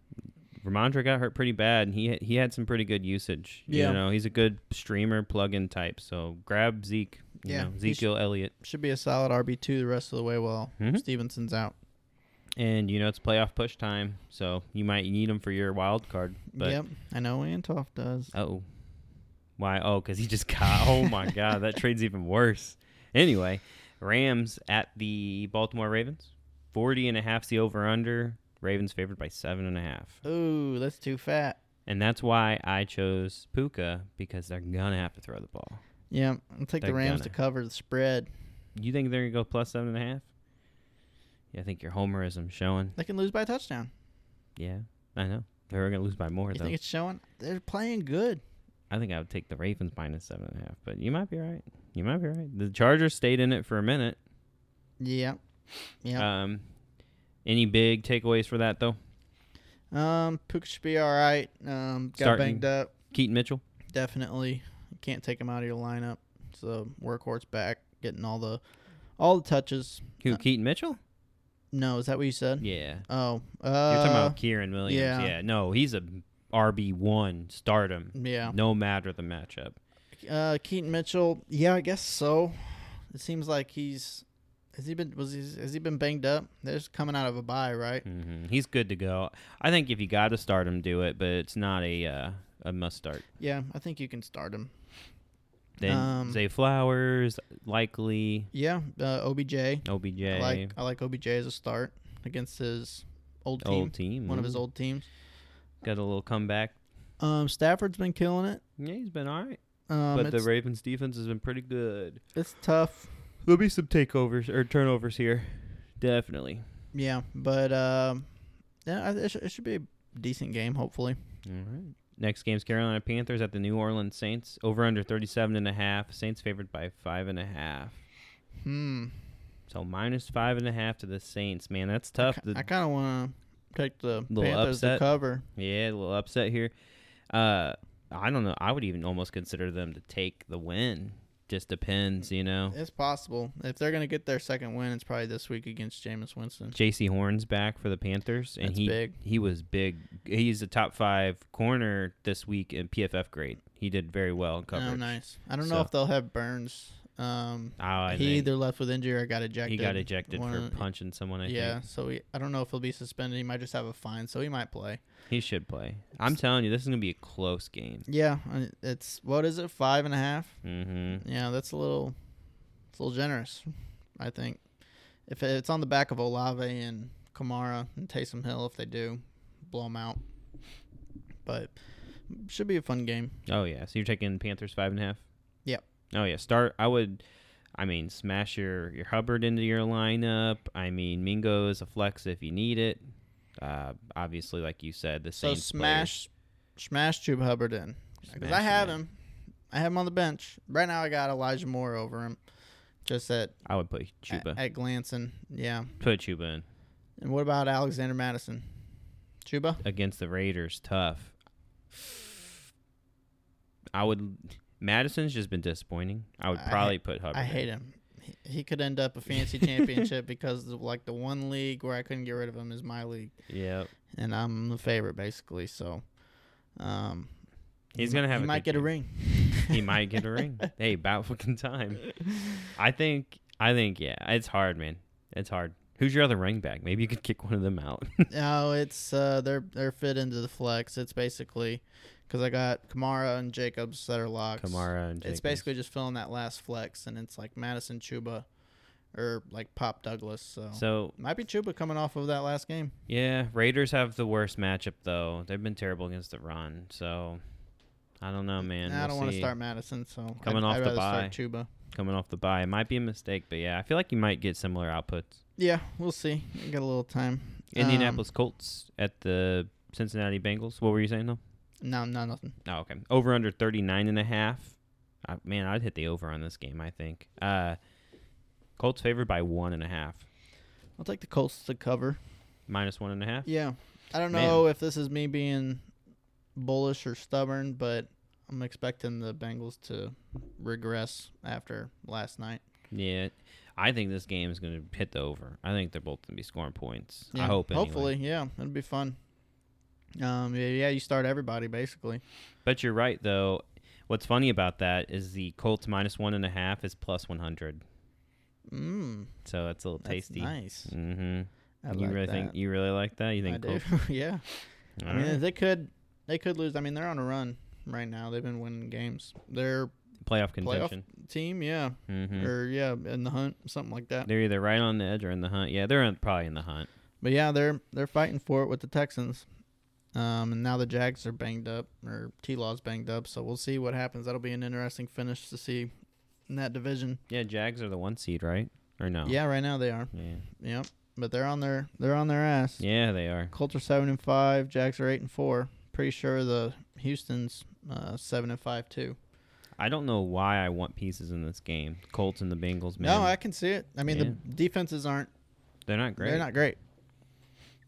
[SPEAKER 2] Ramondre got hurt pretty bad, and he he had some pretty good usage.
[SPEAKER 3] Yeah.
[SPEAKER 2] You know, he's a good streamer plug-in type. So grab Zeke. You
[SPEAKER 3] Yeah,
[SPEAKER 2] know,
[SPEAKER 3] he's-
[SPEAKER 2] Ezekiel Elliott.
[SPEAKER 3] Should be a solid RB two the rest of the way while
[SPEAKER 2] Mhm.
[SPEAKER 3] Stevenson's out.
[SPEAKER 2] and you know it's playoff push time, so you might need him for your wild card. But
[SPEAKER 3] yep. I know Antoff does.
[SPEAKER 2] oh, why? Oh, because he just got. Oh my God, that trade's even worse. Anyway, Rams at the Baltimore Ravens, 40 and a half the over under. Ravens favored by seven and a half,
[SPEAKER 3] Ooh, that's too fat.
[SPEAKER 2] and that's why I chose Puka because they're gonna have to throw the ball.
[SPEAKER 3] Yeah, I'll take the
[SPEAKER 2] They're
[SPEAKER 3] Rams
[SPEAKER 2] gonna.
[SPEAKER 3] to cover the spread.
[SPEAKER 2] You think they're gonna go plus seven and a half? Yeah, I think your homerism showing.
[SPEAKER 3] They can lose by a touchdown.
[SPEAKER 2] Yeah, I know they're gonna lose by more
[SPEAKER 3] You
[SPEAKER 2] though.
[SPEAKER 3] think it's showing? They're playing good.
[SPEAKER 2] I think I would take the Ravens minus seven and a half, but you might be right. You might be right. The Chargers stayed in it for a minute.
[SPEAKER 3] Yeah. Yeah.
[SPEAKER 2] Um, any big takeaways for that though?
[SPEAKER 3] um, Puka should be all right. Um, got
[SPEAKER 2] Starting.
[SPEAKER 3] banged up.
[SPEAKER 2] Keaton Mitchell.
[SPEAKER 3] Definitely. You can't take him out of your lineup. So workhorse back, getting all the all the touches.
[SPEAKER 2] Who?
[SPEAKER 3] Uh,
[SPEAKER 2] Keaton Mitchell?
[SPEAKER 3] No, is that what you said?
[SPEAKER 2] Yeah.
[SPEAKER 3] Oh, uh,
[SPEAKER 2] You're talking about Kieran Williams.
[SPEAKER 3] yeah.
[SPEAKER 2] Yeah. No, he's a RB one. Stardom.
[SPEAKER 3] yeah.
[SPEAKER 2] No matter the matchup.
[SPEAKER 3] Uh, Keaton Mitchell. Yeah, I guess so. It seems like he's has he been was he has he been banged up? They're just coming out of a bye, right?
[SPEAKER 2] hmm He's good to go. I think if you got to start him, do it, but it's not a uh, a must start.
[SPEAKER 3] Yeah, I think you can start him.
[SPEAKER 2] Then
[SPEAKER 3] Um,
[SPEAKER 2] Zay Flowers likely.
[SPEAKER 3] Yeah, uh, OBJ.
[SPEAKER 2] OBJ.
[SPEAKER 3] I like I like OBJ as a start against his old team,
[SPEAKER 2] old team.
[SPEAKER 3] one of his
[SPEAKER 2] ooh.
[SPEAKER 3] old teams.
[SPEAKER 2] Got a little comeback
[SPEAKER 3] Um, Stafford's been killing it.
[SPEAKER 2] Yeah, he's been all right.
[SPEAKER 3] Um,
[SPEAKER 2] but the
[SPEAKER 3] it's,
[SPEAKER 2] Ravens defense has been pretty good.
[SPEAKER 3] it's tough.
[SPEAKER 2] There'll be some takeovers or turnovers here. Definitely.
[SPEAKER 3] Yeah, but um, yeah, I- it, should, it should be a decent game. Hopefully,
[SPEAKER 2] All right. Next game's Carolina Panthers at the New Orleans Saints. Over under 37 and a half. Saints favored by five and a half.
[SPEAKER 3] hmm.
[SPEAKER 2] So minus five and a half to the Saints. Man, that's tough. The-
[SPEAKER 3] I kind of want to take the
[SPEAKER 2] Little
[SPEAKER 3] Panthers
[SPEAKER 2] upset.
[SPEAKER 3] to cover.
[SPEAKER 2] yeah, a little upset here. Uh, I don't know. I would even almost consider them to take the win. Just depends, you know.
[SPEAKER 3] It's possible if they're gonna get their second win, it's probably this week against Jameis Winston.
[SPEAKER 2] J.C. Horn's back for the Panthers, and
[SPEAKER 3] That's
[SPEAKER 2] he
[SPEAKER 3] big.
[SPEAKER 2] he was big. He's a top five corner this week in PFF grade. He did very well in coverage.
[SPEAKER 3] Oh, nice. I don't know
[SPEAKER 2] So-
[SPEAKER 3] if they'll have Burns. Um,
[SPEAKER 2] Oh, I
[SPEAKER 3] he
[SPEAKER 2] think
[SPEAKER 3] either left with injury or got ejected.
[SPEAKER 2] he got ejected
[SPEAKER 3] One
[SPEAKER 2] for
[SPEAKER 3] of-
[SPEAKER 2] punching someone. I
[SPEAKER 3] Yeah,
[SPEAKER 2] yeah,
[SPEAKER 3] so he, I don't know if he'll be suspended. He might just have a fine, so he might play.
[SPEAKER 2] he should play. I'm telling you, this is gonna be a close game.
[SPEAKER 3] Yeah, I- it's what is it, five and a half?
[SPEAKER 2] hmm
[SPEAKER 3] Yeah, that's a little, it's a little generous, I think. If it's on the back of Olave and Kamara and Taysom Hill, if they do, blow them out. But should be a fun game.
[SPEAKER 2] Oh yeah, so you're taking Panthers five and a half.
[SPEAKER 3] Yep.
[SPEAKER 2] Oh yeah, start. I would. I mean, smash your your Hubbard into your lineup. I mean, Mingo is a flex if you need it. Uh, obviously, like you said, the
[SPEAKER 3] So
[SPEAKER 2] same.
[SPEAKER 3] smash, smash Tube Hubbard in because I
[SPEAKER 2] Smash him
[SPEAKER 3] have
[SPEAKER 2] in.
[SPEAKER 3] him. I have him on the bench right now. I got Elijah Moore over him, just at
[SPEAKER 2] I would put
[SPEAKER 3] at,
[SPEAKER 2] Chuba.
[SPEAKER 3] at glancing. Yeah.
[SPEAKER 2] put Chuba in.
[SPEAKER 3] And what about Alexander Madison? Chuba?
[SPEAKER 2] against the Raiders tough. I would. Madison's just been disappointing. I would
[SPEAKER 3] I
[SPEAKER 2] probably put Hubbard.
[SPEAKER 3] I hate him. He- He could end up a fancy championship because of, like the one league where I couldn't get rid of him is my league,
[SPEAKER 2] Yeah,
[SPEAKER 3] and I'm the favorite basically. So, um,
[SPEAKER 2] he's
[SPEAKER 3] he mi-
[SPEAKER 2] gonna have.
[SPEAKER 3] He
[SPEAKER 2] a
[SPEAKER 3] might
[SPEAKER 2] good
[SPEAKER 3] get a
[SPEAKER 2] game.
[SPEAKER 3] ring.
[SPEAKER 2] He might get a ring. Hey, about fucking time. I think. I think. Yeah, it's hard, man. It's hard. Who's your other running back? Maybe you could kick one of them out.
[SPEAKER 3] no, it's uh, they're they're fit into the flex. It's basically because I got Kamara and Jacobs that are locks.
[SPEAKER 2] Kamara and Jacobs.
[SPEAKER 3] It's basically just filling that last flex, and it's like Madison Chuba, or like Pop Douglas. So,
[SPEAKER 2] So
[SPEAKER 3] might be Chuba coming off of that last game.
[SPEAKER 2] yeah, Raiders have the worst matchup though. They've been terrible against the run. So I don't know, man.
[SPEAKER 3] Nah, I
[SPEAKER 2] We'll
[SPEAKER 3] don't want to
[SPEAKER 2] see.
[SPEAKER 3] start Madison, so
[SPEAKER 2] Coming
[SPEAKER 3] I'd,
[SPEAKER 2] off
[SPEAKER 3] I'd
[SPEAKER 2] the
[SPEAKER 3] rather start Chuba.
[SPEAKER 2] coming off the bye. It might be a mistake, but yeah, I feel like you might get similar outputs.
[SPEAKER 3] Yeah, we'll see. I got a little time.
[SPEAKER 2] Um, Indianapolis Colts at the Cincinnati Bengals. What were you saying though?
[SPEAKER 3] Um, No, no, nothing.
[SPEAKER 2] Oh, okay. Over under 39 and a half. Uh, man, I'd hit the over on this game, I think. Uh, Colts favored by one and a half.
[SPEAKER 3] I'll take the Colts to cover.
[SPEAKER 2] Minus one and a half.
[SPEAKER 3] Yeah. I don't
[SPEAKER 2] Man.
[SPEAKER 3] know if this is me being bullish or stubborn, but I'm expecting the Bengals to regress after last night.
[SPEAKER 2] Yeah. I think this game is going to hit the over. I think they're both going to be scoring points.
[SPEAKER 3] Yeah.
[SPEAKER 2] I hope. Anyway.
[SPEAKER 3] Hopefully, yeah, it'll be fun. Um, yeah, yeah, you start everybody basically.
[SPEAKER 2] But you're right, though. What's funny about that is the Colts minus one and a half is plus 100.
[SPEAKER 3] Mm,
[SPEAKER 2] So that's a little
[SPEAKER 3] that's
[SPEAKER 2] tasty.
[SPEAKER 3] nice.
[SPEAKER 2] Mm-hmm.
[SPEAKER 3] I
[SPEAKER 2] you
[SPEAKER 3] like
[SPEAKER 2] really
[SPEAKER 3] that.
[SPEAKER 2] think you really like that? You
[SPEAKER 3] I
[SPEAKER 2] think
[SPEAKER 3] do.
[SPEAKER 2] Colts?
[SPEAKER 3] yeah.
[SPEAKER 2] All
[SPEAKER 3] I mean,
[SPEAKER 2] right.
[SPEAKER 3] they could they could lose. I mean, they're on a run right now. They've been winning games. Their
[SPEAKER 2] playoff contention?
[SPEAKER 3] team, yeah,
[SPEAKER 2] Mm-hmm.
[SPEAKER 3] or yeah, in the hunt, something like that.
[SPEAKER 2] They're either right on the edge or in the hunt. Yeah, they're in, probably in the hunt.
[SPEAKER 3] But yeah, they're they're fighting for it with the Texans. Um, and now the Jags are banged up, or T Law's banged up. So we'll see what happens. That'll be an interesting finish to see in that division.
[SPEAKER 2] Yeah, Jags are the one seed, right? Or no?
[SPEAKER 3] Yeah, right now they are.
[SPEAKER 2] Yeah,
[SPEAKER 3] Yep. But they're on their they're on their ass.
[SPEAKER 2] yeah they are.
[SPEAKER 3] Colts are seven and five. Jags are eight and four. Pretty sure the Houston's uh, seven and five too.
[SPEAKER 2] I don't know why I want pieces in this game. Colts and the Bengals, man.
[SPEAKER 3] No, Oh, I can see it. I mean,
[SPEAKER 2] Yeah.
[SPEAKER 3] the defenses aren't
[SPEAKER 2] they're not great.
[SPEAKER 3] they're not great.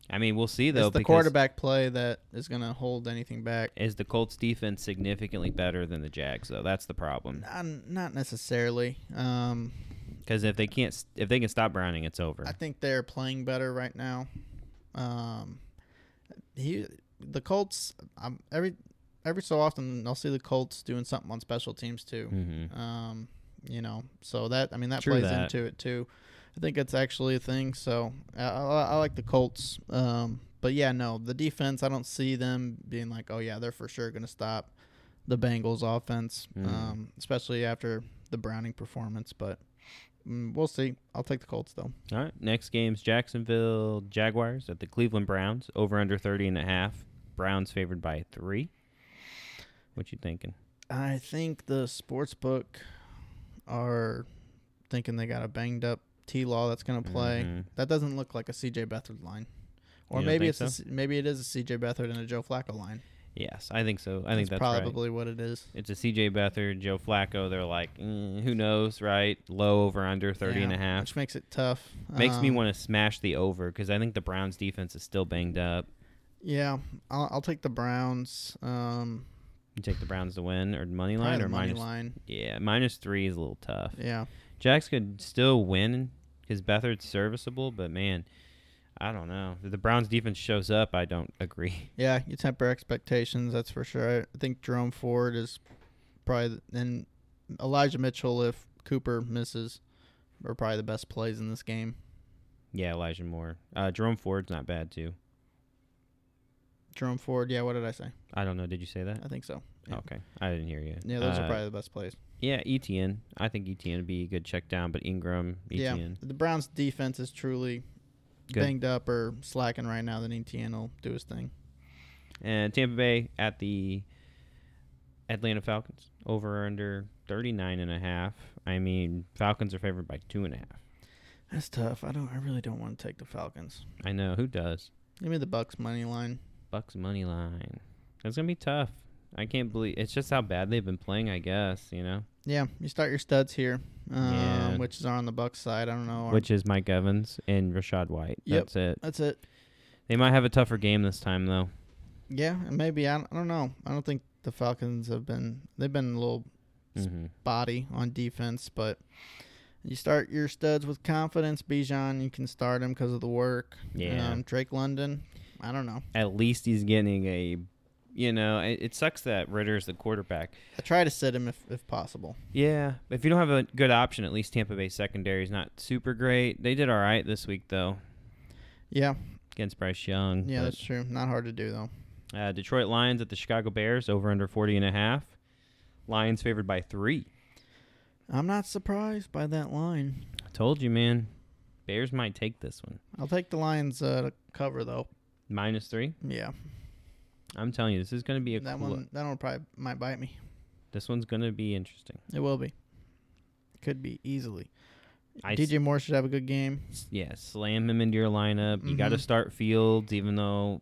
[SPEAKER 2] I mean, we'll see though.
[SPEAKER 3] it's the
[SPEAKER 2] because
[SPEAKER 3] quarterback play that is going to hold anything back.
[SPEAKER 2] Is the Colts defense significantly better than the Jags though? That's the problem.
[SPEAKER 3] Not, not necessarily. Um,
[SPEAKER 2] Because if they can't, s- if they can stop Browning, it's over.
[SPEAKER 3] I think they're playing better right now. Um, he, the Colts. Um, every every so often, I'll see the Colts doing something on special teams too.
[SPEAKER 2] hmm
[SPEAKER 3] Um, you know, so that I mean that
[SPEAKER 2] True
[SPEAKER 3] plays
[SPEAKER 2] that.
[SPEAKER 3] into it too. I think it's actually a thing. So I, I, I like the Colts. Um, but yeah, no, the defense. I don't see them being like, oh yeah, they're for sure going to stop the Bengals offense,
[SPEAKER 2] Mm.
[SPEAKER 3] um, especially after the Browning performance. But mm, we'll see. I'll take the Colts though.
[SPEAKER 2] All right. Next game's Jacksonville Jaguars at the Cleveland Browns. Over under 30 and a half. Browns favored by three. What you thinking?
[SPEAKER 3] I think the sports book are thinking they got a banged up T Law that's going to play.
[SPEAKER 2] Mhm.
[SPEAKER 3] That doesn't look like a CJ Beathard line, or
[SPEAKER 2] You don't
[SPEAKER 3] maybe
[SPEAKER 2] think
[SPEAKER 3] it's a, C- maybe it is a CJ Beathard and a Joe Flacco line.
[SPEAKER 2] Yes, I think so. I think that's right.
[SPEAKER 3] probably what it is.
[SPEAKER 2] It's a CJ Beathard, Joe Flacco. They're like, mm, who knows, right? Low over under 30 and a
[SPEAKER 3] Yeah,
[SPEAKER 2] half.
[SPEAKER 3] which makes it tough.
[SPEAKER 2] Makes me
[SPEAKER 3] Um,
[SPEAKER 2] want to smash the over because I think the Browns defense is still banged up.
[SPEAKER 3] Yeah, I'll, I'll take the Browns. Um,
[SPEAKER 2] You take the Browns to win or money
[SPEAKER 3] probably
[SPEAKER 2] line
[SPEAKER 3] the
[SPEAKER 2] or
[SPEAKER 3] money
[SPEAKER 2] minus-
[SPEAKER 3] line.
[SPEAKER 2] Yeah, minus three is a little tough.
[SPEAKER 3] Yeah,
[SPEAKER 2] Jacks could still win because Bethard's serviceable, but man, I don't know. If the Browns defense shows up, I don't agree.
[SPEAKER 3] yeah. You temper expectations, that's for sure. I think Jerome Ford is probably the- and Elijah Mitchell if Cooper misses are probably the best plays in this game.
[SPEAKER 2] Yeah, Elijah Moore. Uh, Jerome Ford's not bad, too.
[SPEAKER 3] Jerome Ford, yeah. What did I say?
[SPEAKER 2] I don't know. Did you say that?
[SPEAKER 3] I think so. yeah.
[SPEAKER 2] Okay. I didn't hear you.
[SPEAKER 3] Yeah, those
[SPEAKER 2] Uh,
[SPEAKER 3] are probably the best plays.
[SPEAKER 2] Yeah, ETN. I think ETN would be a good check down, but Ingram, E ETN.
[SPEAKER 3] Yeah, the Browns' defense is truly
[SPEAKER 2] Good.
[SPEAKER 3] banged up or slacking right now. Then ETN will do his thing.
[SPEAKER 2] And Tampa Bay at the Atlanta Falcons over or under 39 and a half. I mean, Falcons are favored by two and a half.
[SPEAKER 3] That's tough. I don't. I really don't want to take the Falcons.
[SPEAKER 2] I know who does.
[SPEAKER 3] Give me the Bucks money line.
[SPEAKER 2] Bucks money line. It's gonna be tough. I can't believe it's just how bad they've been playing. I guess you know,
[SPEAKER 3] Yeah, you start your studs here, um,
[SPEAKER 2] Yeah.
[SPEAKER 3] which is on the Bucks side. I don't know.
[SPEAKER 2] which is Mike Evans and Rashad White.
[SPEAKER 3] Yep.
[SPEAKER 2] That's it.
[SPEAKER 3] that's it.
[SPEAKER 2] They might have a tougher game this time though.
[SPEAKER 3] Yeah, and maybe I don't, I don't know. I don't think the Falcons have been. They've been a little
[SPEAKER 2] Mm-hmm.
[SPEAKER 3] body on defense, but you start your studs with confidence. Bijan, you can start him because of the work.
[SPEAKER 2] Yeah.
[SPEAKER 3] Um, Drake London, I don't know.
[SPEAKER 2] At least he's getting a, you know, it, it sucks that Ritter's the quarterback.
[SPEAKER 3] I try to sit him if if possible.
[SPEAKER 2] Yeah, if you don't have a good option, at least Tampa Bay secondary is not super great. They did all right this week though
[SPEAKER 3] Yeah,
[SPEAKER 2] against Bryce Young.
[SPEAKER 3] yeah,
[SPEAKER 2] but-
[SPEAKER 3] that's true. Not hard to do though.
[SPEAKER 2] Uh, Detroit Lions at the Chicago Bears over under 40 and a half. Lions favored by three.
[SPEAKER 3] I'm not surprised by that line.
[SPEAKER 2] I told you, man. Bears might take this one.
[SPEAKER 3] I'll take the Lions uh, to cover though.
[SPEAKER 2] Minus three.
[SPEAKER 3] Yeah,
[SPEAKER 2] I'm telling you, this is going to be a
[SPEAKER 3] that
[SPEAKER 2] cool.
[SPEAKER 3] one that one probably might bite me.
[SPEAKER 2] This one's going to be interesting.
[SPEAKER 3] It will be. Could be easily.
[SPEAKER 2] I s-
[SPEAKER 3] DJ Moore should have a good game.
[SPEAKER 2] yeah, slam him into your lineup. You got to
[SPEAKER 3] Mhm.
[SPEAKER 2] start Fields, even though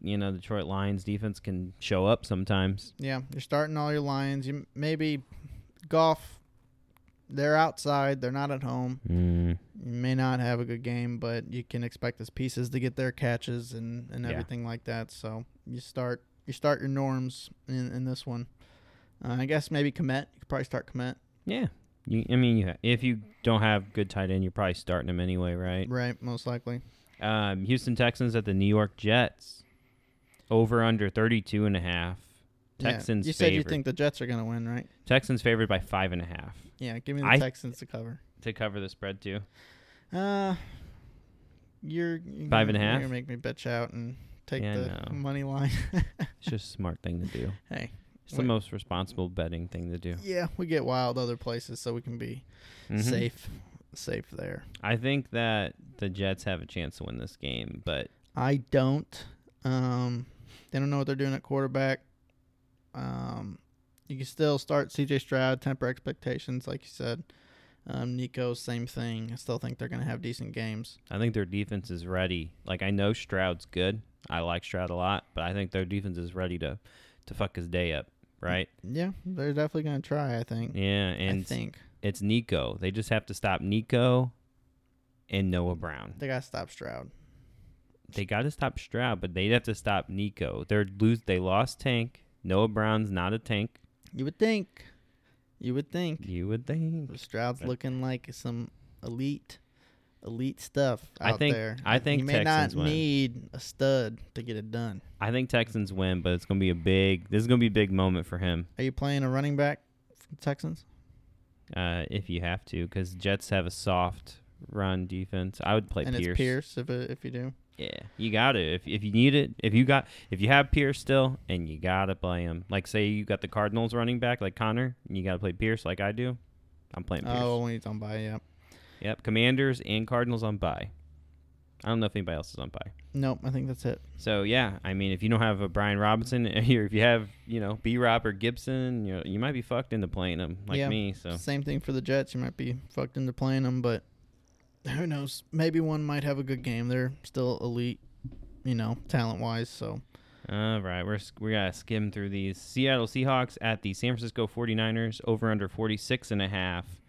[SPEAKER 2] you know Detroit Lions defense can show up sometimes.
[SPEAKER 3] Yeah, you're starting all your lines. You m- maybe golf. They're outside. They're not at home.
[SPEAKER 2] Mm.
[SPEAKER 3] You may not have a good game, but you can expect his pieces to get their catches and, and
[SPEAKER 2] Yeah.
[SPEAKER 3] everything like that. So you start you start your norms in, in this one. Uh, I guess maybe commit. You could probably start commit.
[SPEAKER 2] Yeah, you, I mean, you ha- if you don't have good tight end, you're probably starting him anyway, right?
[SPEAKER 3] Right, most likely.
[SPEAKER 2] Um, Houston Texans at the New York Jets. Over under 32 and a half.
[SPEAKER 3] Yeah,
[SPEAKER 2] Texans
[SPEAKER 3] You said you
[SPEAKER 2] favored.
[SPEAKER 3] think the Jets are going to win, right?
[SPEAKER 2] Texans favored by five and a half
[SPEAKER 3] Yeah, give me the
[SPEAKER 2] I-
[SPEAKER 3] Texans to cover.
[SPEAKER 2] to cover the spread too.
[SPEAKER 3] Uh, you're, you're
[SPEAKER 2] Five
[SPEAKER 3] gonna-
[SPEAKER 2] and a
[SPEAKER 3] you're
[SPEAKER 2] half?
[SPEAKER 3] gonna make me bitch out and take
[SPEAKER 2] Yeah, I
[SPEAKER 3] the
[SPEAKER 2] know.
[SPEAKER 3] money line.
[SPEAKER 2] It's just a smart thing to do.
[SPEAKER 3] hey,
[SPEAKER 2] It's the
[SPEAKER 3] Wait.
[SPEAKER 2] most responsible betting thing to do.
[SPEAKER 3] yeah, we get wild other places, so we can be
[SPEAKER 2] Mhm.
[SPEAKER 3] safe, safe there.
[SPEAKER 2] I think that the Jets have a chance to win this game, but
[SPEAKER 3] I don't. Um, they don't know what they're doing at quarterback. Um, you can still start C.J. Stroud, temper expectations, like you said. Um, Nico, same thing. I still think they're gonna have decent games.
[SPEAKER 2] I think their defense is ready. Like I know Stroud's good. I like Stroud a lot, but I think their defense is ready to to fuck his day up, right?
[SPEAKER 3] Yeah, they're definitely gonna try. I think.
[SPEAKER 2] Yeah,
[SPEAKER 3] Mm, I
[SPEAKER 2] and
[SPEAKER 3] think
[SPEAKER 2] it's Nico. They just have to stop Nico and Noah Brown.
[SPEAKER 3] they gotta stop Stroud.
[SPEAKER 2] They got to stop Stroud, but they have to stop Nico. They're lose. They lost Tank. Noah Brown's not a tank.
[SPEAKER 3] You would think. You would think.
[SPEAKER 2] You would think.
[SPEAKER 3] Stroud's
[SPEAKER 2] But-
[SPEAKER 3] looking like some elite, elite stuff
[SPEAKER 2] I
[SPEAKER 3] out
[SPEAKER 2] think-
[SPEAKER 3] there.
[SPEAKER 2] I think
[SPEAKER 3] you may
[SPEAKER 2] Texans
[SPEAKER 3] not
[SPEAKER 2] win.
[SPEAKER 3] need a stud to get it done.
[SPEAKER 2] I think Texans win, but it's gonna be a big. This is gonna be a big moment for him.
[SPEAKER 3] Are you playing a running back for the Texans?
[SPEAKER 2] uh, if you have to, because Jets have a soft run defense. I would play
[SPEAKER 3] and
[SPEAKER 2] Pierce.
[SPEAKER 3] it's Pierce if it, if you do.
[SPEAKER 2] Yeah, you got to if if you need it. If you got if you have Pierce still, and you gotta play him. Like say you got the Cardinals running back like Connor, and you gotta play Pierce like I do. I'm playing Pierce.
[SPEAKER 3] Oh, when he's on by, yeah.
[SPEAKER 2] Yep, Commanders and Cardinals on bye. I don't know if anybody else is on bye.
[SPEAKER 3] Nope, I think that's it.
[SPEAKER 2] So yeah, I mean, if you don't have a Brian Robinson, or if you have you know B. Rob or Gibson, you know, you might be fucked into playing them like
[SPEAKER 3] Yeah.
[SPEAKER 2] me. So
[SPEAKER 3] Same thing for the Jets. You might be fucked into playing them, but who knows? Maybe one might have a good game. They're still elite, you know, talent wise. So
[SPEAKER 2] All right, we're s- we gotta skim through these. Seattle Seahawks at the San Francisco 49ers over under 46 and a half.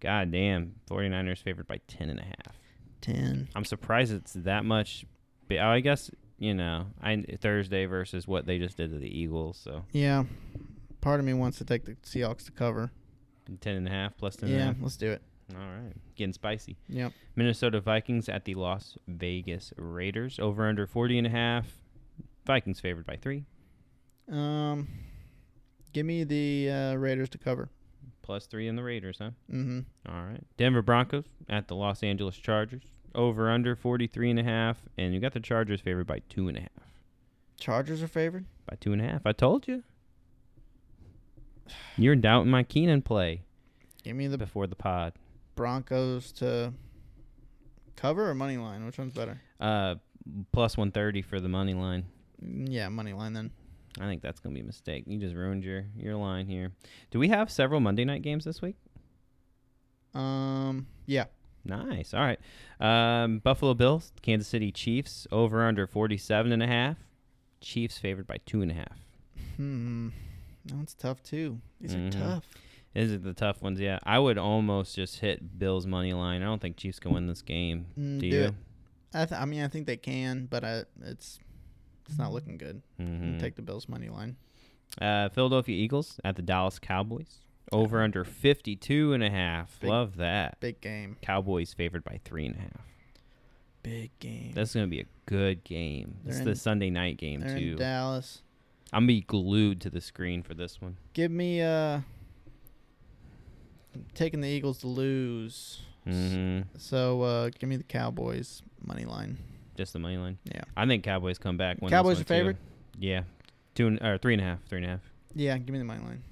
[SPEAKER 2] God damn, 49ers favored by 10 and a half.
[SPEAKER 3] ten.
[SPEAKER 2] I'm surprised it's that much. But I guess, you know, I Thursday versus what they just did to the Eagles, so
[SPEAKER 3] Yeah, part of me wants to take the Seahawks to cover.
[SPEAKER 2] 10 and a half plus 10 and a
[SPEAKER 3] yeah,
[SPEAKER 2] half.
[SPEAKER 3] let's do it.
[SPEAKER 2] All right. Getting spicy.
[SPEAKER 3] Yep.
[SPEAKER 2] Minnesota Vikings at the Las Vegas Raiders over under 40 and a half. Vikings favored by 3
[SPEAKER 3] Um, give me the uh, Raiders to cover.
[SPEAKER 2] plus 3 in the Raiders, huh?
[SPEAKER 3] Mm-hmm.
[SPEAKER 2] All right. Denver Broncos at the Los Angeles Chargers. Over under 43 and a half and you got the Chargers favored by two and a half.
[SPEAKER 3] Chargers are favored.
[SPEAKER 2] By two and a half. I told you. You're doubting my Keenan play
[SPEAKER 3] Give me the
[SPEAKER 2] before the pod.
[SPEAKER 3] Broncos to cover or money line. Which one's better?
[SPEAKER 2] Uh plus 130 for the money line.
[SPEAKER 3] Mm, Yeah, money line then.
[SPEAKER 2] I think that's going to be a mistake. You just ruined your your line here. Do we have several Monday night games this week?
[SPEAKER 3] Um, yeah,
[SPEAKER 2] Nice. All right. Um, Buffalo Bills, Kansas City Chiefs over under 47 and a half. Chiefs favored by two and a half.
[SPEAKER 3] hmm, that one's tough too. These
[SPEAKER 2] Mhm.
[SPEAKER 3] are tough.
[SPEAKER 2] These are the tough ones, yeah. I would almost just hit Bills money line. I don't think Chiefs can win this game.
[SPEAKER 3] Mm,
[SPEAKER 2] do
[SPEAKER 3] do
[SPEAKER 2] you?
[SPEAKER 3] it. I, th- I mean, I think they can, but I, it's it's not looking good. I'm gonna
[SPEAKER 2] Mhm.
[SPEAKER 3] Take the Bills money line.
[SPEAKER 2] uh, Philadelphia Eagles at the Dallas Cowboys. Over under 52 and a half.
[SPEAKER 3] Big-
[SPEAKER 2] Love that.
[SPEAKER 3] Big game.
[SPEAKER 2] Cowboys favored by three and a half.
[SPEAKER 3] Big game.
[SPEAKER 2] That's going to be a good game.
[SPEAKER 3] They're
[SPEAKER 2] it's
[SPEAKER 3] in-
[SPEAKER 2] the Sunday night game,
[SPEAKER 3] They're
[SPEAKER 2] too.
[SPEAKER 3] in Dallas.
[SPEAKER 2] I'm going to be glued to the screen for this one.
[SPEAKER 3] Give me uh taking the Eagles to lose. Mm-hmm.
[SPEAKER 2] hmm
[SPEAKER 3] So uh give me the Cowboys money line.
[SPEAKER 2] Just the money line.
[SPEAKER 3] Yeah.
[SPEAKER 2] I think Cowboys come back. Win this
[SPEAKER 3] Cowboys
[SPEAKER 2] one,
[SPEAKER 3] are
[SPEAKER 2] too.
[SPEAKER 3] favored?
[SPEAKER 2] Yeah. Two and, or three and a half. Three and a half.
[SPEAKER 3] Yeah, give me the money line.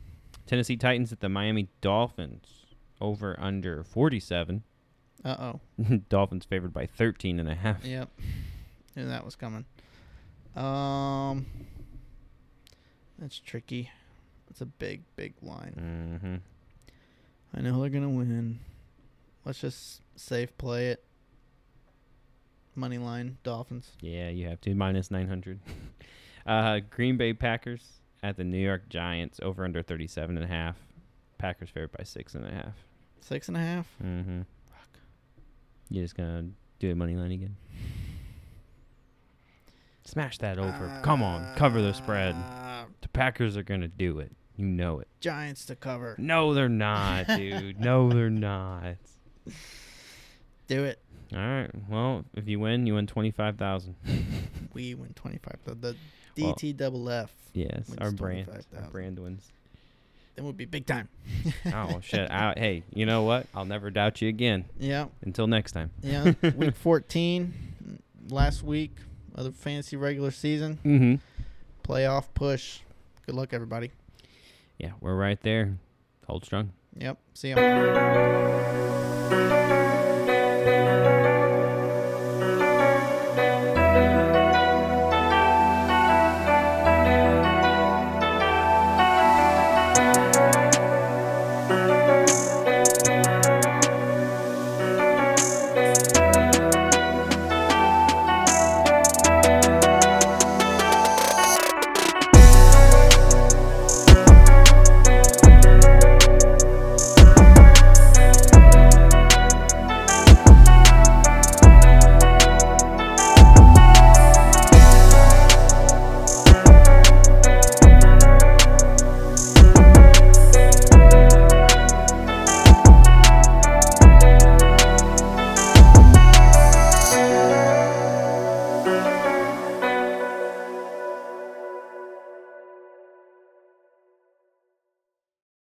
[SPEAKER 2] Tennessee Titans at the Miami Dolphins. Over under 47.
[SPEAKER 3] Uh oh.
[SPEAKER 2] Dolphins favored by 13 and a half.
[SPEAKER 3] Yep. Knew that was coming. Um That's tricky. That's a big, big line.
[SPEAKER 2] Mm-hmm.
[SPEAKER 3] I know they're gonna win. Let's just safe play it. Money line Dolphins.
[SPEAKER 2] Yeah, you have to minus nine hundred. uh, Green Bay Packers at the New York Giants over under thirty seven and a half. Packers favored by six and a half.
[SPEAKER 3] Six and a half.
[SPEAKER 2] Mm-hmm. You just gonna do a money line again? Smash that over.
[SPEAKER 3] Ah,
[SPEAKER 2] Come on, cover the spread.
[SPEAKER 3] Uh,
[SPEAKER 2] The Packers are gonna do it. You know it.
[SPEAKER 3] Giants to cover.
[SPEAKER 2] No, they're not, dude. no, they're not.
[SPEAKER 3] Do it.
[SPEAKER 2] All right. Well, if you win, you win twenty five thousand.
[SPEAKER 3] We win 25. The, the
[SPEAKER 2] Well-
[SPEAKER 3] DT double F.
[SPEAKER 2] Yes,
[SPEAKER 3] Wins
[SPEAKER 2] our brand, our
[SPEAKER 3] 25,000.
[SPEAKER 2] brand wins.
[SPEAKER 3] Then we'll be big time.
[SPEAKER 2] Oh shit! I, hey, you know what? I'll never doubt you again.
[SPEAKER 3] Yeah.
[SPEAKER 2] Until next time.
[SPEAKER 3] Yeah. week 14. Last week of the fantasy regular season.
[SPEAKER 2] Mm-hmm.
[SPEAKER 3] Playoff push. Good luck, everybody.
[SPEAKER 2] Yeah, we're right there. Hold strong.
[SPEAKER 3] Yep. See ya.